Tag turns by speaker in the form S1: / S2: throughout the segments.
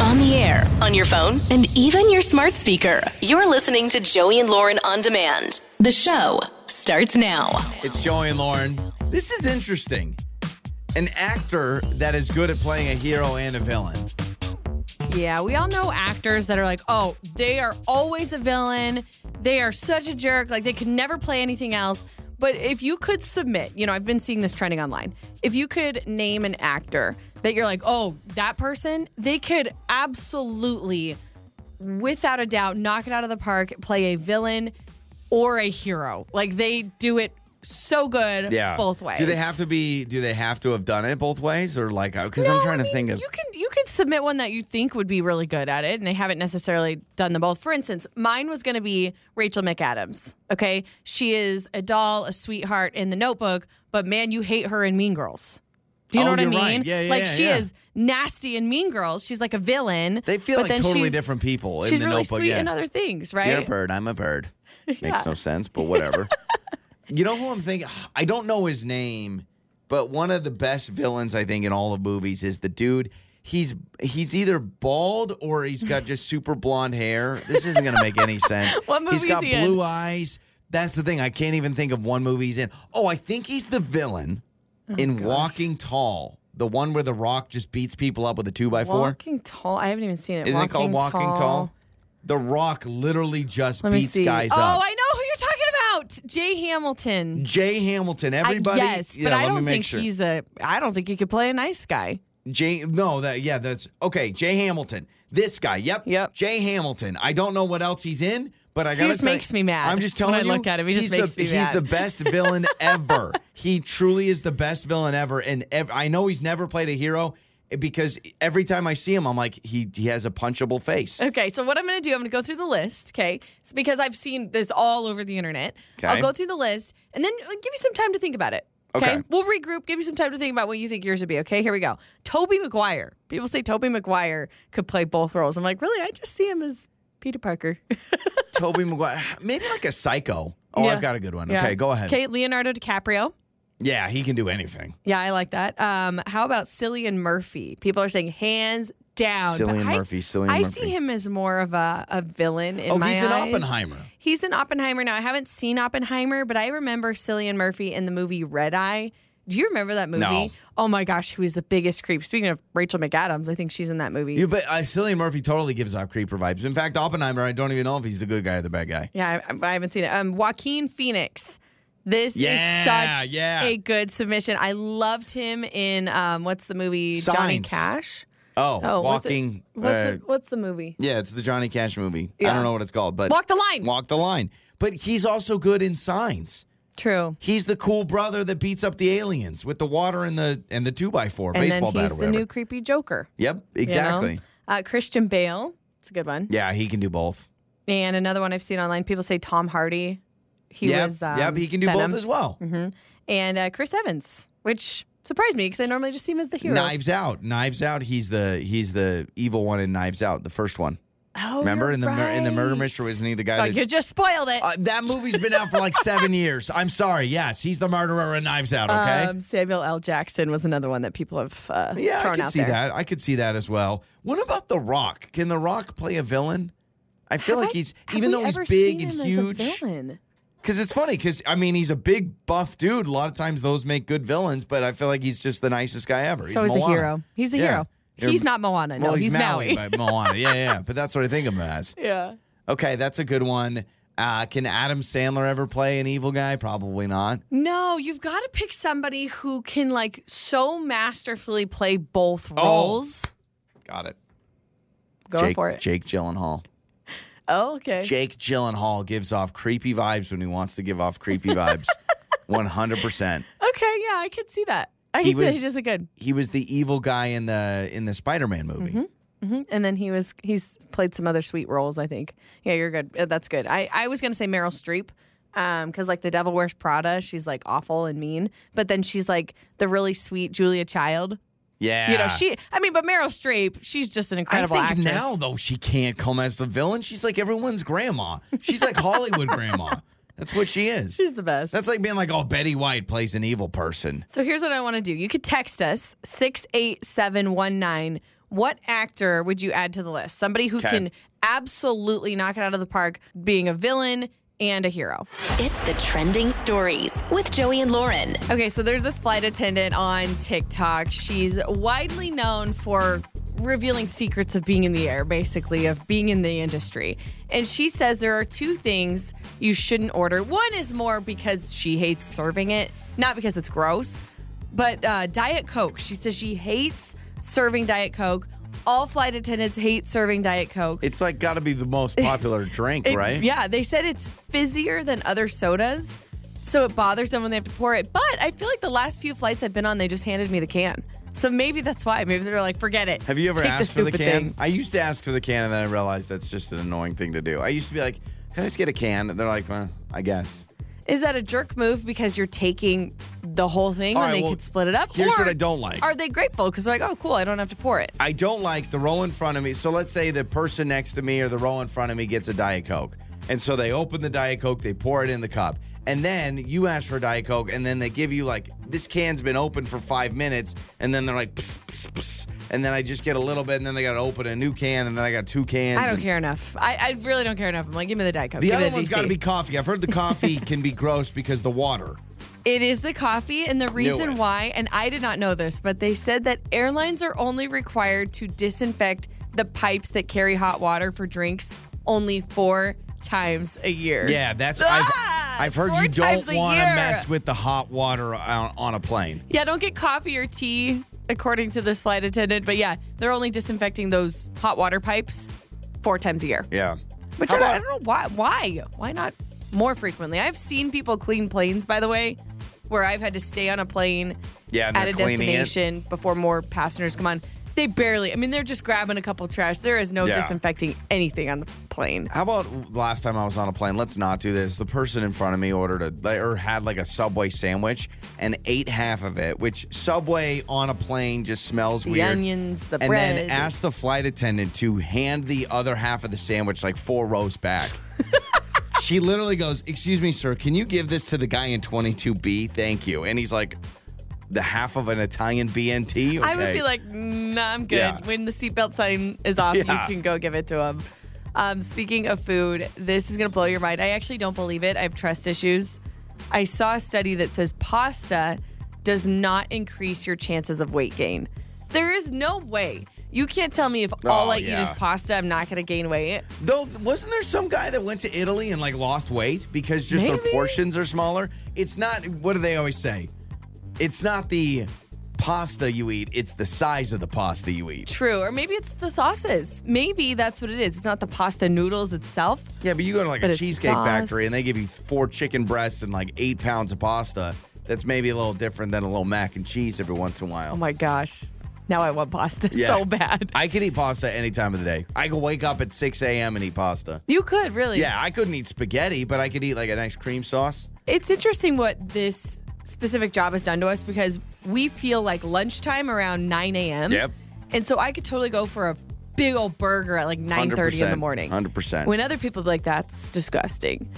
S1: On the air, on your phone, and even your smart speaker. You're listening to Joey and Lauren on demand. The show starts now.
S2: It's Joey and Lauren. This is interesting. An actor that is good at playing a hero and a villain.
S3: Yeah, we all know actors that are like, oh, they are always a villain. They are such a jerk. Like, they could never play anything else. But if you could submit, you know, I've been seeing this trending online. If you could name an actor that you're like, oh, that person, they could absolutely, without a doubt, knock it out of the park, play a villain or a hero. Like, they do it so good both ways.
S2: Do they have to be? Do they have to have done it both ways, or like? Because
S3: No,
S2: I'm trying to
S3: I mean,
S2: think of.
S3: you can you can submit one that you think would be really good at it, and they haven't necessarily done them both. For instance, mine was going to be Rachel McAdams. Okay, she is a doll, a sweetheart in The Notebook, but man, you hate her in Mean Girls. Do you
S2: Oh,
S3: know what I
S2: you're
S3: mean?
S2: right. Yeah, yeah,
S3: like
S2: yeah,
S3: she
S2: yeah.
S3: is nasty in Mean Girls. She's like a villain.
S2: they feel
S3: but
S2: like
S3: then
S2: totally
S3: she's-
S2: different people in
S3: She's
S2: the
S3: really
S2: notebook.
S3: sweet
S2: yeah.
S3: in other things,
S2: You're a
S3: right?
S2: bird. I'm a bird. Makes no sense, but whatever. you know who I'm thinking? I don't know his name, but one of the best villains I think in all of movies is the dude. He's he's either bald or he's got just super blonde hair. This isn't gonna make any sense.
S3: What movie
S2: he's
S3: is
S2: got
S3: he in?
S2: blue eyes. That's the thing. I can't even think of one movie he's in. Oh, I think he's the villain
S3: Oh
S2: in Walking Tall, the one where the Rock just beats people up with a two by four.
S3: Walking tall. I haven't even seen it.
S2: Isn't it called Walking Tall? The Rock literally just
S3: Let me
S2: beats
S3: see.
S2: guys
S3: oh,
S2: up.
S3: I know who you're talking about. Jay Hamilton.
S2: Jay Hamilton, everybody.
S3: I, yes,
S2: yeah,
S3: but
S2: let
S3: I
S2: me
S3: don't
S2: make
S3: think
S2: sure.
S3: he's a. I don't think he could play a nice guy.
S2: Jay. No, that yeah, that's okay. Jay Hamilton, this guy. Yep.
S3: Yep.
S2: Jay Hamilton. I don't know what else he's in, but I gotta
S3: just
S2: tell-
S3: makes me mad
S2: I'm just
S3: when
S2: telling
S3: I
S2: you,
S3: look at him. He just
S2: he's
S3: makes
S2: the,
S3: me
S2: He's
S3: mad.
S2: the best villain ever. he truly is the best villain ever, and ev- I know he's never played a hero eh, because every time I see him, I'm like, he he has a punchable face.
S3: Okay, so what I'm going to do, I'm going to go through the list, okay? It's because I've seen this all over the internet.
S2: Okay.
S3: I'll go through the list and then uh, give you some time to think about it.
S2: Okay.
S3: We'll regroup, give you some time to think about what you think yours would be, okay? Here we go. Toby Maguire. People say Toby Maguire could play both roles. I'm like, really? I just see him as Peter Parker.
S2: Toby Maguire, maybe like a psycho. Oh,
S3: Yeah.
S2: I've got a good one.
S3: Yeah.
S2: Okay, go ahead.
S3: Okay, Leonardo DiCaprio.
S2: Yeah, he can do anything.
S3: Yeah, I like that. Um, how about Cillian Murphy? People are saying hands down. but
S2: Cillian
S3: I-
S2: Murphy, Cillian
S3: I
S2: Murphy.
S3: see him as more of a, a villain in
S2: Oh,
S3: my
S2: he's in
S3: eyes.
S2: Oppenheimer.
S3: He's in Oppenheimer now. I haven't seen Oppenheimer, but I remember Cillian Murphy in the movie Red Eye. Do you remember that movie?
S2: No.
S3: Oh my gosh, who is the biggest creep? Speaking of Rachel McAdams, I think she's in that movie.
S2: You bet. Uh, Cillian Murphy totally gives off creeper vibes. In fact, Oppenheimer, I don't even know if he's the good guy or the bad guy.
S3: Yeah, I, I haven't seen it. Um, Joaquin Phoenix. This
S2: Yeah,
S3: is such
S2: yeah.
S3: a good submission. I loved him in um, what's the movie? Johnny
S2: Signs.
S3: Cash.
S2: Oh,
S3: what's it-
S2: walking.
S3: What's,
S2: uh,
S3: it, what's the movie?
S2: yeah, it's the Johnny Cash movie. I
S3: Yeah.
S2: don't know what it's called, but
S3: Walk the Line.
S2: Walk the line. But he's also good in Signs.
S3: True.
S2: He's the cool brother that beats up the aliens with the water and the and the two by four
S3: And
S2: baseball
S3: then
S2: bat
S3: he's
S2: or
S3: the
S2: whatever.
S3: new creepy Joker.
S2: yep,
S3: you know?
S2: exactly.
S3: Uh, Christian Bale. It's a good one.
S2: Yeah, he can do both.
S3: And another one I've seen online. People say Tom Hardy. He
S2: yep,
S3: was. Um,
S2: yep, he can do
S3: Venom.
S2: both as well.
S3: And uh, Chris Evans, which surprised me because I normally just see him as the hero.
S2: Knives Out, Knives Out. He's the he's the evil one in Knives Out, the first one.
S3: Oh,
S2: Remember
S3: you're
S2: in the mur- in the murder
S3: right.
S2: mystery, wasn't he the guy
S3: Oh,
S2: that
S3: you just spoiled it.
S2: Uh, that movie's been out for like seven years. I'm sorry. Yes, he's the murderer in Knives Out. Okay.
S3: Um, Samuel L. Jackson was another one that people have uh,
S2: yeah, I
S3: thrown
S2: could
S3: out
S2: see
S3: there.
S2: that. I could see that as well. What about The Rock? Can The Rock play a villain? I feel
S3: Have
S2: like
S3: I-
S2: he's
S3: have
S2: even
S3: we
S2: though he's
S3: ever
S2: big
S3: seen
S2: and
S3: him
S2: huge.
S3: As a villain?
S2: Because it's funny. Because I mean, he's a big buff dude. A lot of times those make good villains, but I feel like he's just the nicest guy ever.
S3: So he's the
S2: Moana.
S3: hero. He's the
S2: Yeah.
S3: hero.
S2: You're-
S3: He's not Moana. No,
S2: well, he's, Maui,
S3: Maui.
S2: but Moana. Yeah, yeah. But that's what I think of him as.
S3: yeah.
S2: Okay, that's a good one. Uh, can Adam Sandler ever play an evil guy? Probably not.
S3: No, you've got to pick somebody who can like so masterfully play both
S2: Oh.
S3: roles.
S2: Got it.
S3: Go
S2: Jake,
S3: for it.
S2: Jake Gyllenhaal.
S3: Oh, okay.
S2: Jake Gyllenhaal gives off creepy vibes when he wants to give off creepy vibes. 100%.
S3: Okay, yeah, I could see that. I
S2: He
S3: could see that
S2: was-
S3: he does a good.
S2: He was the evil guy in the in the Spider-Man movie.
S3: Mhm. And then he was he's played some other sweet roles, I think. Yeah, you're good. Uh, That's good. I, I was gonna say Meryl Streep, um, because like the Devil Wears Prada, she's like awful and mean, but then she's like the really sweet Julia Child.
S2: Yeah.
S3: You know, she. I mean, but Meryl Streep, she's just an
S2: I
S3: incredible
S2: think
S3: actress.
S2: now though she can't come as the villain. She's like everyone's grandma. She's like Hollywood grandma. That's what she is.
S3: she's the best.
S2: That's like being like, oh, Betty White plays an evil person.
S3: So here's what I want to do. You could text us 68719 What actor would you add to the list? Somebody who
S2: Okay.
S3: can absolutely knock it out of the park being a villain and a hero.
S1: It's the trending stories with Joey and Lauren.
S3: Okay, so there's this flight attendant on TikTok. She's widely known for revealing secrets of being in the air, basically, of being in the industry. And she says there are two things you shouldn't order. One is more because she hates serving it, not because it's gross, but uh, Diet Coke. She says she hates serving Diet Coke. All flight attendants hate serving Diet Coke.
S2: It's like got to be the most popular drink,
S3: It-
S2: right?
S3: Yeah, they said it's fizzier than other sodas, so it bothers them when they have to pour it. But I feel like the last few flights I've been on, they just handed me the can. So maybe that's why. Maybe they're like, forget it.
S2: Have you ever
S3: Take
S2: asked for the
S3: stupid
S2: can?
S3: thing."
S2: I used to ask for the can, and then I realized that's just an annoying thing to do. I used to be like, "Can I just get a can?" And they're like, well, "I guess."
S3: Is that a jerk move because you're taking the whole thing
S2: All
S3: when
S2: right,
S3: they
S2: well,
S3: could split it up?
S2: here's
S3: Or
S2: what I don't like.
S3: Are they grateful because they're like, oh, cool, I don't have to pour it?
S2: I don't like the roll in front of me. So let's say the person next to me or the roll in front of me gets a Diet Coke. And so they open the Diet Coke, they pour it in the cup. And then you ask for a Diet Coke, and then they give you like, this can's been open for five minutes. And then they're like, pss, pss, pss. and then I just get a little bit, and then they got to open a new can, and then I got two cans.
S3: I don't
S2: and-
S3: care enough. I, I really don't care enough. I'm like, give me the Diet Coke.
S2: The
S3: Give me
S2: other one's
S3: DC.
S2: got to be coffee. I've heard the coffee can be gross because the water.
S3: It is the coffee, and the reason
S2: it.
S3: why, and I did not know this, but they said that airlines are only required to disinfect the pipes that carry hot water for drinks only four times a year.
S2: Yeah, that's
S3: Ah!
S2: I've, I've heard
S3: Four
S2: you
S3: times
S2: don't
S3: a
S2: want to
S3: year.
S2: mess with the hot water on, on a plane.
S3: Yeah, don't get coffee or tea, according to this flight attendant. But yeah, they're only disinfecting those hot water pipes four times a year.
S2: Yeah.
S3: Which
S2: How
S3: I don't, I
S2: about-
S3: don't know why. Why? Why not more frequently? I've seen people clean planes, by the way, where I've had to stay on a plane
S2: Yeah, and
S3: at
S2: they're
S3: a
S2: cleaning it.
S3: destination before more passengers come on. They barely. I mean, they're just grabbing a couple trash. There is no
S2: Yeah.
S3: disinfecting anything on the plane.
S2: How about last time I was on a plane? Let's not do this. The person in front of me ordered a or had like a Subway sandwich and ate half of it, which Subway on a plane just smells
S3: The
S2: weird.
S3: onions, the
S2: and
S3: bread.
S2: then asked the flight attendant to hand the other half of the sandwich like four rows back. she literally goes, "Excuse me, sir, can you give this to the guy in 22B? Thank you." And he's like, "The half of an Italian BNT." Okay.
S3: I would be like, nah, I'm good.
S2: Yeah.
S3: When the seatbelt sign is off,
S2: Yeah.
S3: you can go give it to him. Um, speaking of food, this is going to blow your mind. I actually don't believe it. I have trust issues. I saw a study that says pasta does not increase your chances of weight gain. There is no way. You can't tell me if all
S2: Oh,
S3: I eat
S2: yeah.
S3: is pasta, I'm not going to gain weight.
S2: Though, wasn't there some guy that went to Italy and like lost weight because just
S3: Maybe.
S2: their portions are smaller? It's not, what do they always say? It's not the pasta you eat, it's the size of the pasta you eat.
S3: True. Or maybe it's the sauces. Maybe that's what it is. It's not the pasta noodles itself.
S2: Yeah, but you go to like a
S3: But it's
S2: cheesecake
S3: sauce.
S2: factory and they give you four chicken breasts and like eight pounds of pasta. That's maybe a little different than a little mac and cheese every once in a while.
S3: Oh my gosh. Now I want pasta
S2: Yeah.
S3: so bad.
S2: I could eat pasta any time of the day. I could wake up at 6 a.m. and eat pasta.
S3: You could, really.
S2: Yeah, I couldn't eat spaghetti, but I could eat like a nice cream sauce.
S3: It's interesting what this specific job has done to us because we feel like lunchtime around 9 a.m.
S2: Yep.
S3: And so I could totally go for a big old burger at like 9.30 in the
S2: 100%,
S3: morning.
S2: 100%.
S3: When other people be like, that's disgusting.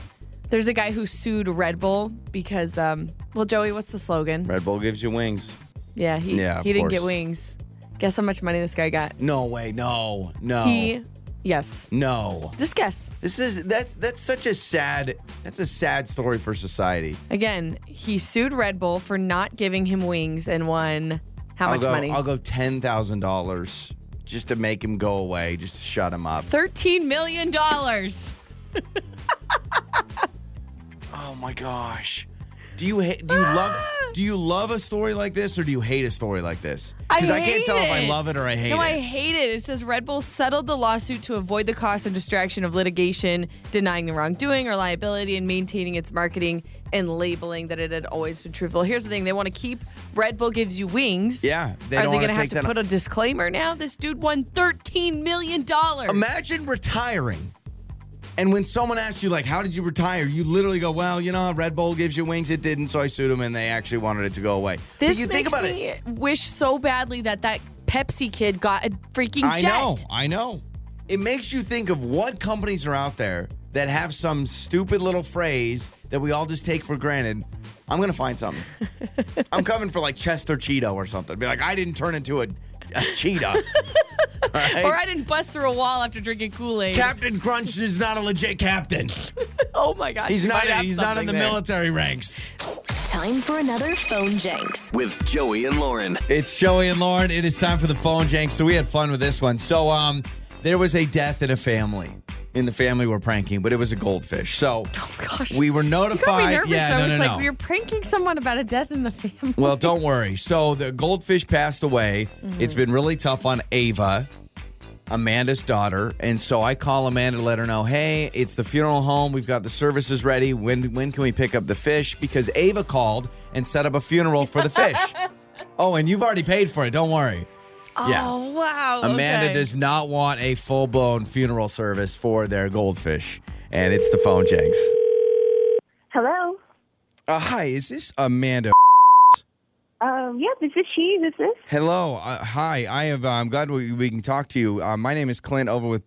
S3: There's a guy who sued Red Bull because, um, well, Joey, what's the slogan?
S2: Red Bull gives you wings.
S3: Yeah, he,
S2: Yeah, of
S3: he didn't get
S2: course.
S3: wings. Guess how much money this guy got?
S2: No way, no, no.
S3: He, yes.
S2: No.
S3: Just guess.
S2: This is that's that's such a sad that's a sad story for society.
S3: Again, he sued Red Bull for not giving him wings and won how
S2: I'll
S3: much
S2: go
S3: money?
S2: I'll go ten thousand dollars just to make him go away, just to shut him up.
S3: $13 million.
S2: Oh my gosh. Do you ha- do you love
S3: Ah.
S2: do you love a story like this or do you hate a story like this? Because I, can't
S3: hate
S2: tell if I love it or I hate
S3: no,
S2: it.
S3: I hate it. It says Red Bull settled the lawsuit to avoid the cost and distraction of litigation, denying the wrongdoing or liability, and maintaining its marketing and labeling that it had always been truthful. Here's the thing: they want to keep Red Bull gives you wings.
S2: Yeah, they
S3: Are
S2: don't wanna
S3: they going to have
S2: take
S3: to
S2: that-
S3: put a disclaimer now? This dude won thirteen million dollars.
S2: Imagine retiring. And when someone asks you, like, how did you retire? You literally go, well, you know, Red Bull gives you wings. It didn't, so I sued them, and they actually wanted it to go away. But
S3: This
S2: you
S3: makes
S2: think about it.
S3: me wish so badly that that Pepsi kid got a freaking
S2: I
S3: jet.
S2: know, I know. It makes you think of what companies are out there that have some stupid little phrase that we all just take for granted. I'm gonna find something. I'm coming for like Chester Cheeto or something. Be like, I didn't turn into a a cheetah. All right?
S3: Or I didn't bust through a wall after drinking Kool Aid.
S2: Captain Crunch is not a legit captain.
S3: oh my God.
S2: He's
S3: you
S2: not.
S3: might have
S2: He's not in
S3: something
S2: the
S3: there.
S2: military ranks.
S1: Time for another phone janks.
S4: with Joey and Lauren.
S2: It's Joey and Lauren. It is time for the phone jank. So we had fun with this one. So um, there was a death in a family. In the family we're pranking, but it was a goldfish. So
S3: Oh, Gosh.
S2: we were
S3: You got me
S2: notified.
S3: nervous.
S2: yeah,
S3: I
S2: no,
S3: was
S2: no,
S3: like,
S2: no.
S3: we were pranking someone about a death in the family.
S2: Well, don't worry. So the goldfish passed away.
S3: Mm-hmm.
S2: It's been really tough on Ava, Amanda's daughter, and so I call Amanda to let her know, "Hey, it's the funeral home. We've got the services ready. When when can we pick up the fish?" Because Ava called and set up a funeral for the fish. oh, and you've already paid for it. Don't worry. Yeah.
S3: Oh wow.
S2: Amanda
S3: okay.
S2: does not want a full blown funeral service for their goldfish, and it's the phone janks.
S5: Hello.
S2: Uh, hi, is this Amanda?
S5: Um, yeah, this is she. This is.
S2: Hello. Uh, hi. I have. Uh, I'm glad we, we can talk to you. Uh, my name is Clint over with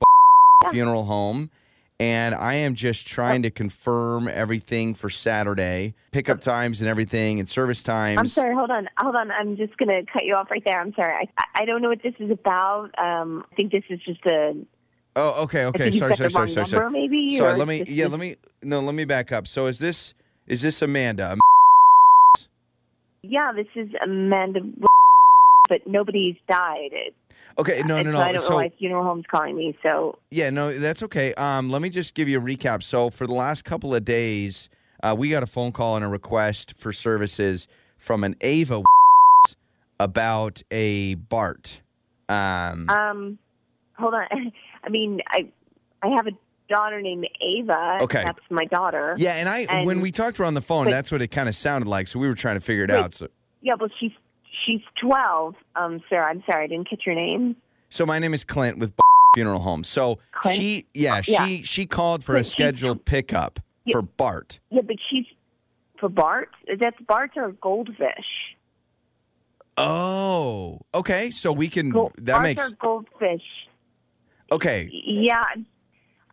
S2: Funeral Home, and I am just trying to confirm everything for Saturday, pickup times and everything, and service times.
S5: I'm sorry. Hold on. Hold on. I'm just gonna cut you off right there. I'm sorry. I I don't know what this is about. Um, I think this is just a.
S2: Oh, okay.
S5: I
S2: Okay.
S5: think you
S2: Sorry.
S5: said
S2: Sorry.
S5: the
S2: Sorry.
S5: wrong
S2: Sorry.
S5: number,
S2: Sorry.
S5: Maybe.
S2: Sorry.
S5: or
S2: Let me.
S5: this
S2: Yeah.
S5: is-
S2: Let me. No. Let me back up. So is this is this Amanda?
S5: Yeah, this is Amanda. But nobody's died. It-
S2: Okay. No. No.
S5: so
S2: No.
S5: I don't
S2: so
S5: know why funeral home's calling me. So
S2: Yeah, no, that's okay. Um, let me just give you a recap. So, for the last couple of days, uh, we got a phone call and a request for services from an Ava about a Bart. Um,
S5: um, hold on. I mean, I I have a daughter named Ava.
S2: Okay.
S5: That's my daughter.
S2: yeah, and I
S5: and-
S2: when we talked to her on the phone,
S5: Wait.
S2: that's what it kind of sounded like. So we were trying to figure it
S5: Wait.
S2: out. So,
S5: Yeah. Well, she's she's 12. Um, sir, I'm sorry. I didn't catch your name.
S2: so my name is Clint with Funeral Home. So
S5: Clint?
S2: she, yeah,
S5: Yeah.
S2: she she called for a
S5: Wait, she-
S2: scheduled pickup
S5: Yeah.
S2: for Bart.
S5: Yeah, but she's for Bart. That's Bart's our goldfish.
S2: Oh, okay. So we can
S5: Go-
S2: Mm, that
S5: Bart's
S2: makes
S5: our goldfish.
S2: okay.
S5: Yeah, I'm-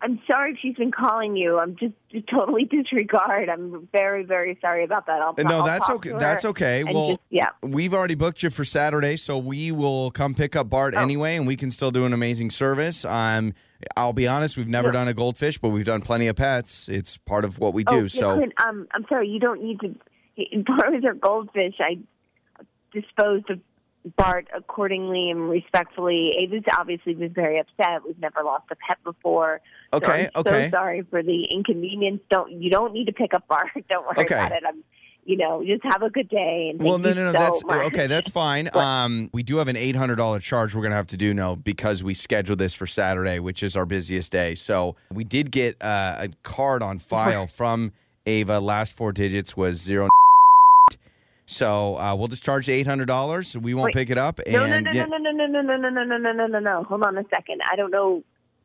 S5: I'm sorry if she's been calling you. I'm just totally disregard. I'm very, very sorry about that. I'll,
S2: No,
S5: I'll
S2: that's
S5: talk
S2: okay.
S5: to her
S2: That's okay.
S5: and
S2: Well,
S5: just- yeah.
S2: We've already booked you for Saturday, so we will come pick up Bart
S5: Oh.
S2: anyway, and we can still do an amazing service. Um, I'll be honest, we've never done a goldfish, but we've done plenty of pets. It's part of what we do.
S5: oh, yeah,
S2: so,
S5: Clint, um, I'm sorry. You don't need to. Bart was our goldfish. I disposed of Bart accordingly and respectfully. Ava's obviously was very upset. We've never lost a pet before.
S2: okay,
S5: so I'm
S2: okay,
S5: So sorry for the inconvenience. Don't you don't need to pick up bar. Don't worry
S2: Okay.
S5: about it. I'm, you know, just have a good day. And
S2: Well,
S5: thank
S2: no, no,
S5: you
S2: no.
S5: so
S2: that's
S5: much.
S2: okay. That's fine. Um, we do have an eight hundred dollar charge we're gonna have to do now because we scheduled this for Saturday, which is our busiest day. So we did get uh, a card on file from Ava. Last four digits was zero. So uh, we'll just charge eight hundred dollars. We won't
S5: Wait.
S2: pick it up.
S5: No, no,
S2: and
S5: no,
S2: yeah-
S5: no, no, no, no, no, no, no, no, no, no, no, no. Hold on a second. I don't know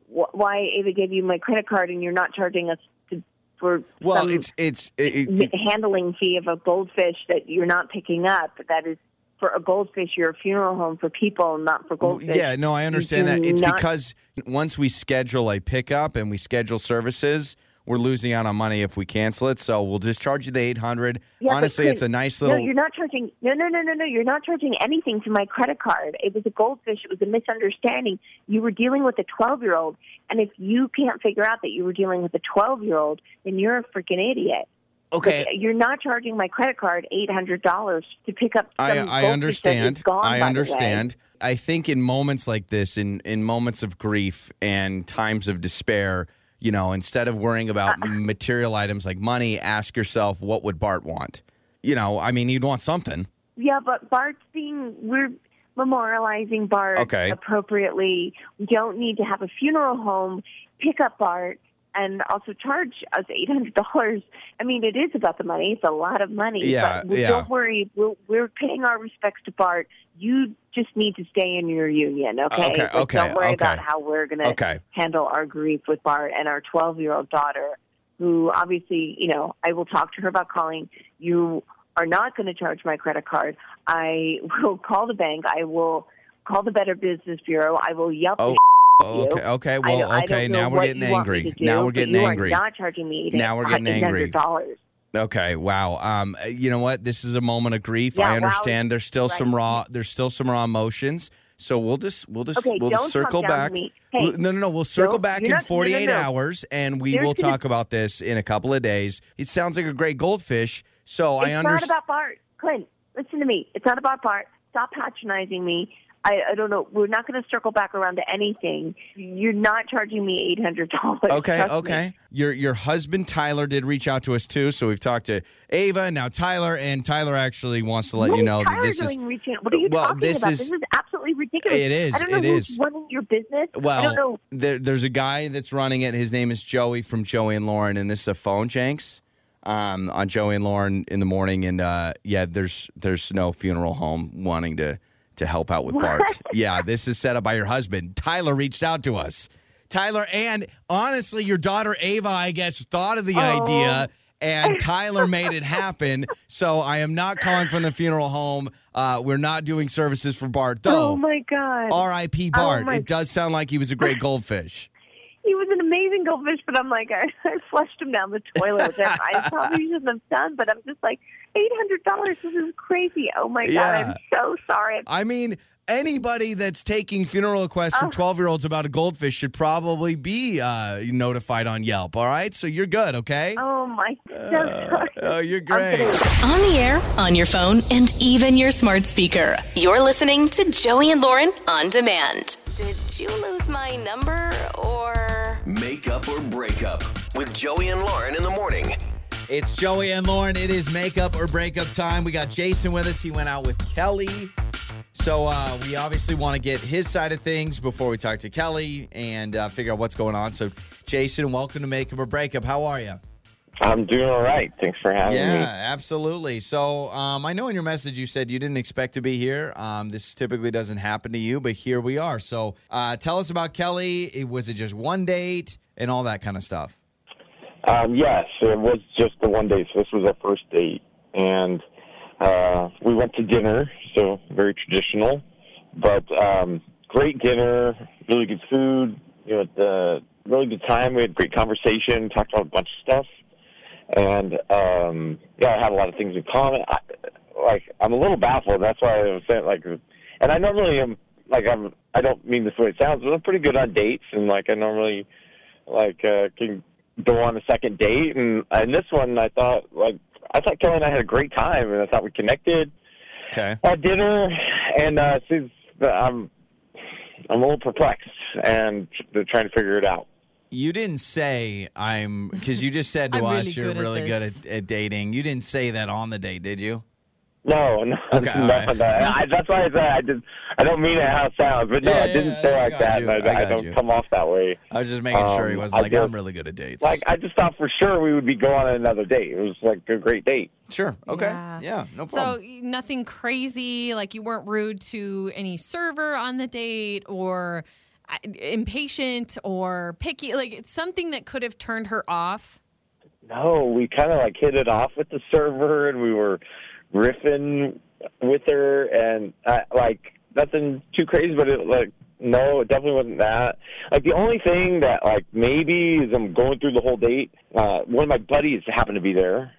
S5: wh- why Ava gave you my credit card and you're not charging us to, for
S2: Well,
S5: some
S2: it's it's it, it-
S5: m- handling fee of a goldfish that you're not picking up. That is for a goldfish. You're a funeral home for people, not for goldfish.
S2: Oh, Mm, yeah. No, I understand
S5: do
S2: that. It's
S5: not-
S2: because once we schedule a pickup and we schedule services, we're losing out on money if we cancel it. So we'll just charge you the eight hundred.
S5: Yeah, but
S2: Honestly, it's
S5: wait.
S2: a nice little.
S5: No, you're not charging. No, no, no, no, no. You're not charging anything to my credit card. It was a goldfish. It was a misunderstanding. You were dealing with a 12 year old, and if you can't figure out that you were dealing with a 12 year old, then you're a freaking idiot.
S2: okay.
S5: But You're not charging my credit card $800 to pick up. uh, Some
S2: I, I
S5: goldfish that is
S2: understand.
S5: Gone, by
S2: I
S5: the way.
S2: understand. I think in moments like this, in in moments of grief and times of despair, you know, instead of worrying about
S5: Uh-uh.
S2: material items like money, ask yourself, what would Bart want? You know, I mean, he'd want something.
S5: Yeah, but Bart's being we're memorializing Bart
S2: Okay.
S5: appropriately. We don't need to have a funeral home pick up Bart and also charge us eight hundred dollars. I mean, it is about the money; it's a lot of money.
S2: Yeah,
S5: but we-
S2: yeah.
S5: don't worry, we're, we're paying our respects to Bart. You just need to stay in your union, okay?
S2: Okay,
S5: Like,
S2: okay,
S5: don't worry
S2: okay.
S5: about how we're gonna
S2: Okay.
S5: handle our grief with Bart and our 12 year old daughter, who obviously, you know, I will talk to her about calling. You are not going to charge my credit card. I will call the bank. I will call the Better Business Bureau. I will yell.
S2: Oh,
S5: at you.
S2: Okay. Okay.
S5: I
S2: Well.
S5: don't- I
S2: okay.
S5: don't know
S2: Now we're
S5: what
S2: getting
S5: you want me
S2: angry.
S5: to do,
S2: Now we're
S5: but
S2: getting
S5: you
S2: angry.
S5: Are not charging me.
S2: Now we're getting angry.
S5: Dollars.
S2: Okay. Wow. Um. You know what? This is a moment of grief.
S5: Yeah,
S2: I
S5: wow.
S2: understand. There's still some
S5: Right.
S2: raw. There's still some raw emotions. So we'll just we'll just
S5: Okay,
S2: we'll
S5: don't talk
S2: circle
S5: down to
S2: back.
S5: me. Hey,
S2: We'll- no, no, no. We'll circle
S5: don't-
S2: back
S5: you're
S2: in
S5: not- no, no,
S2: 48
S5: no.
S2: hours, and we
S5: There's
S2: will
S5: gonna-
S2: talk about this in a couple of days. It sounds like a great goldfish. So I
S5: it's
S2: understand.
S5: not about Bart. Clint, listen to me. It's not about Bart. Stop patronizing me. I, I don't know. We're not going to circle back around to anything. You're not charging me eight hundred dollars.
S2: Okay, okay. Your your husband Tyler did reach out to us too, so we've talked to Ava and now Tyler, and Tyler actually wants to let you know that
S5: Tyler
S2: this is
S5: doing reach out? What are you
S2: well,
S5: talking
S2: this
S5: about?
S2: is-
S5: this is absolutely ridiculous.
S2: It is,
S5: I don't know
S2: it
S5: who's
S2: is.
S5: running your business. I don't know.
S2: well. There, there's a guy that's running it. His name is Joey from Joey and Lauren, and this is a phone janks um, on Joey and Lauren in the morning. And uh, yeah, there's there's no funeral home wanting to to help out with Bart. Yeah, this is set up by your husband. Tyler reached out to us. Tyler and honestly, your daughter Ava, I guess, thought of the
S5: Oh.
S2: idea. And Tyler made it happen. So I am not calling from the funeral home. Uh, we're not doing services for Bart, though.
S5: oh my god.
S2: R.I.P.
S5: Oh
S2: Bart.
S5: my-
S2: it does sound like he was a great goldfish.
S5: he was an amazing goldfish, but I'm like, I, I flushed him down the toilet with him. I probably shouldn't have done, but I'm just like, eight hundred dollars. This is crazy. Oh my
S2: Yeah.
S5: god, I'm so sorry.
S2: I mean, anybody that's taking funeral requests from
S5: Ugh.
S2: 12 year olds about a goldfish should probably be uh, notified on Yelp. All right. So you're good, okay?
S5: Oh my, so
S2: Uh,
S5: sorry.
S2: oh, you're
S5: I'm
S2: great.
S5: gonna-
S1: On the air, on your phone, and even your smart speaker. You're listening to Joey and Lauren on demand. Did you lose my number or.
S4: Make up or break up with Joey and Lauren in the morning.
S2: It's Joey and Lauren. It is makeup or breakup time. We got Jason with us. He went out with Kelly. So uh, we obviously want to get his side of things before we talk to Kelly and uh, figure out what's going on. So, Jason, welcome to Makeup or Breakup. How are you?
S6: I'm doing all right. Thanks for having
S2: Yeah,
S6: me.
S2: absolutely. So um, I know in your message you said you didn't expect to be here. Um, this typically doesn't happen to you, but here we are. So uh, tell us about Kelly. It, was it just one date and all that kind of stuff?
S6: Um, yes, it was just the one day, so this was our first date, and uh, we went to dinner, so very traditional, but um, great dinner, really good food. You know, the really good time. We had great conversation, talked about a bunch of stuff, and um, yeah, I had a lot of things in common. I, like I'm a little baffled. That's why I was saying like, and I normally am like I'm. I don't mean this the way it sounds, but I'm pretty good on dates, and like I normally like uh, can go on a second date and and this one I thought like I thought Kelly and I had a great time and I thought we connected
S2: Okay.
S6: at dinner and uh she's I'm I'm a little perplexed and they're trying to figure it out.
S2: You didn't say I'm because you just said to
S3: I'm
S2: us you're
S3: really good at
S2: really good
S3: this.
S2: at, at dating. You didn't say that on the date, did you?
S6: No, no,
S2: Okay, all
S6: no,
S2: right.
S6: no. I, that's why I said I did. I don't mean it how it sounds, but no,
S2: Yeah,
S6: I
S2: yeah,
S6: didn't
S2: yeah,
S6: say
S2: I
S6: like
S2: got
S6: that.
S2: you,
S6: and
S2: I got
S6: don't
S2: you.
S6: come off that way.
S2: I was just making sure he
S6: Um,
S2: was
S6: I
S2: like
S6: did.
S2: I'm really good at dates.
S6: Like I just thought for sure we would be going on another date. It was like a great date.
S2: sure, okay, yeah,
S3: Yeah.
S2: no
S3: So
S2: problem.
S3: nothing crazy, like you weren't rude to any server on the date or uh, impatient or picky, like it's something that could have turned her off.
S6: No, we kind of like hit it off with the server, and we were riffing with her, and I, like nothing too crazy, but it like no, it definitely wasn't that. Like the only thing that like maybe is I'm going through the whole date. Uh, one of my buddies happened to be there,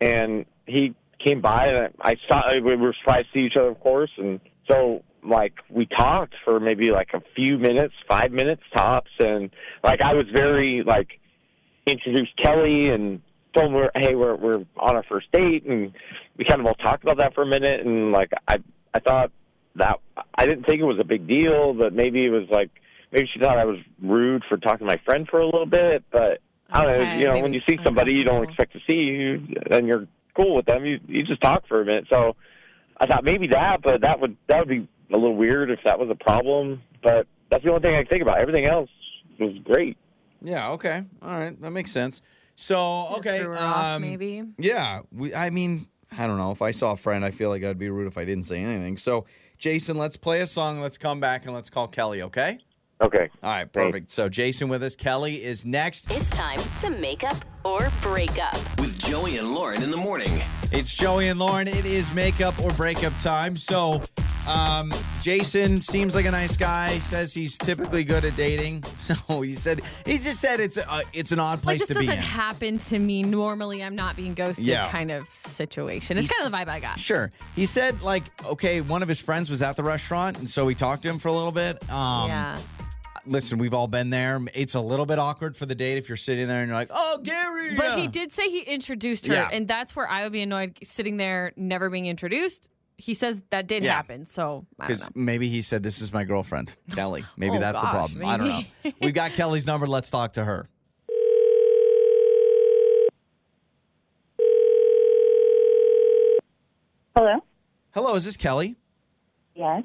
S6: and he came by, and I, I saw we were surprised to see each other, of course, and so like we talked for maybe like a few minutes, five minutes tops, and like I was very like introduced Kelly and told her, "Hey, we're we're on our first date," and we kind of all talked about that for a minute. And like I I thought that I didn't think it was a big deal, but maybe it was like maybe she thought I was rude for talking to my friend for a little bit. But I don't know,
S3: Okay,
S6: you know,
S3: maybe
S6: when you see somebody you don't
S3: uncomfortable.
S6: expect to see, you, and you're cool with them, you you just talk for a minute. So I thought maybe that, but that would that would be a little weird if that was a problem. But that's the only thing I can think about. Everything else was great.
S2: yeah, okay, all right, that makes sense. So okay,
S3: Threw her off,
S2: um,
S3: maybe.
S2: Yeah, we, I mean, I don't know. If I saw a friend, I feel like I'd be rude if I didn't say anything. So, Jason, let's play a song. Let's come back and let's call Kelly. Okay.
S6: Okay.
S2: All right, perfect. So, Jason with us. Kelly is next.
S1: It's time to make up or break up.
S4: With Joey and Lauren in the morning.
S2: It's Joey and Lauren. It is makeup or breakup time. So, Um, Jason seems like a nice guy. Says he's typically good at dating. So he said he just said it's a, it's an odd
S3: Like
S2: place to
S3: this
S2: be
S3: doesn't
S2: in.
S3: happen to me normally. I'm not being ghosted,
S2: Yeah.
S3: kind of situation. It's kind of the vibe I got.
S2: Sure. He said like okay, one of his friends was at the restaurant, and so we talked to him for a little bit. Um,
S3: yeah,
S2: Listen, we've all been there. It's a little bit awkward for the date if you're sitting there and you're like, "Oh, Gary."
S3: but he
S2: yeah."
S3: did say he introduced her,
S2: Yeah.
S3: and that's where I would be annoyed sitting there never being introduced. He says that did
S2: Yeah.
S3: happen, so I don't know.
S2: Because maybe he said, This is my girlfriend, Kelly. Maybe
S3: Oh,
S2: that's the
S3: gosh,
S2: problem. I don't
S3: maybe.
S2: know. We've got Kelly's number. Let's talk to her.
S5: Hello?
S2: Hello, is this Kelly?
S5: Yes.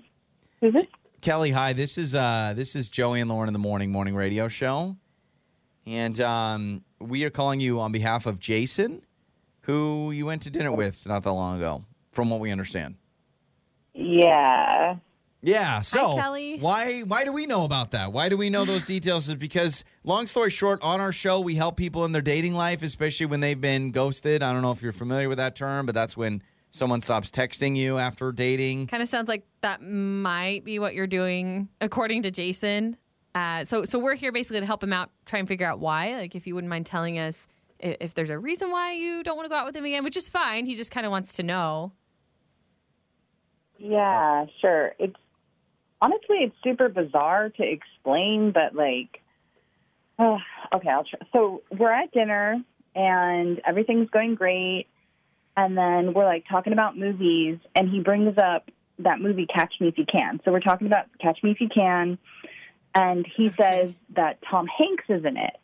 S5: Who's this?
S2: Kelly, hi. This is uh this is Joey and Lauren in the morning morning radio show. And um we are calling you on behalf of Jason, who you went to dinner with not that long ago, from what we understand.
S5: Yeah.
S2: Yeah. So
S3: Kelly.
S2: why why do we know about that? Why do we know those details? Is because long story short, on our show we help people in their dating life, especially when they've been ghosted. I don't know if you're familiar with that term, but that's when someone stops texting you after dating.
S3: Kind of sounds like that might be what you're doing, according to Jason. Uh, so, so we're here basically to help him out, try and figure out why. Like, if you wouldn't mind telling us if, if there's a reason why you don't want to go out with him again, which is fine. He just kind of wants to know.
S5: Yeah, sure. It's honestly, it's super bizarre to explain, but like, oh, okay, I'll try. So we're at dinner and everything's going great. And then we're like talking about movies, and he brings up that movie Catch Me If You Can. So we're talking about Catch Me If You Can, and he says that Tom Hanks is in it.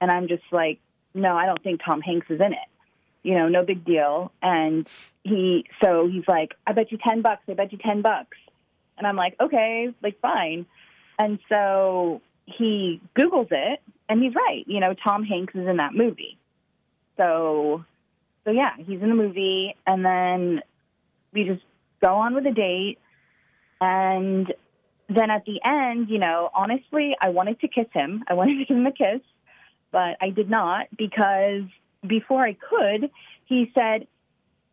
S5: And I'm just like, no, I don't think Tom Hanks is in it. You know, no big deal. And he, so he's like, I bet you 10 bucks. I bet you 10 bucks. And I'm like, okay, like, fine. And so he Googles it, and he's right. You know, Tom Hanks is in that movie. So, so yeah, he's in the movie. And then we just go on with the date. And then at the end, you know, honestly, I wanted to kiss him. I wanted to give him a kiss, but I did not because before I could, he said,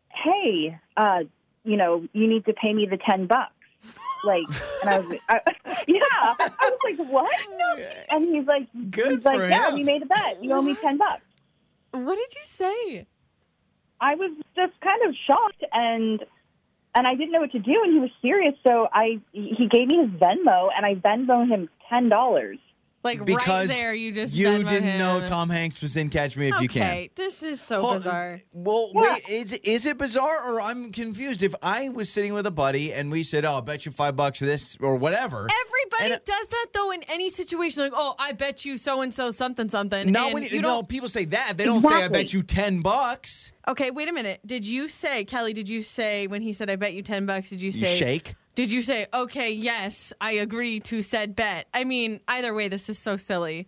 S5: "Hey, uh, you know, you need to pay me the ten bucks." Like, and I was, I, yeah, I was like, "What?" And he's like,
S2: Good
S5: "He's like,
S2: for
S5: yeah,
S2: him.
S5: we made a bet. You owe me ten bucks."
S3: What did you say?
S5: I was just kind of shocked and and I didn't know what to do and he was serious so I he gave me his Venmo and I Venmo him ten dollars.
S3: Like right
S2: Because
S3: there, you just
S2: you
S3: Venmo'd
S2: didn't know
S3: him.
S2: Tom Hanks was in Catch Me If
S3: Okay,
S2: You Can.
S3: this is so
S2: Well,
S3: bizarre.
S2: Well, wait, is is it bizarre or I'm confused? If I was sitting with a buddy and we said, "Oh, I bet you five bucks this or whatever," and-
S3: Everybody
S2: uh,
S3: does that though in any situation. Like, oh, I bet you so and so something something.
S2: not
S3: and
S2: when you,
S3: you
S2: no
S3: don't
S2: people say that they don't say, "I
S5: Exactly.
S2: bet you ten bucks."
S3: Okay, wait a minute. Did you say, Kelly, did you say when he said, I bet you 10 bucks, did you
S2: You
S3: say,
S2: shake.
S3: Did you say, okay, yes, I agree to said bet? I mean, either way, this is so silly.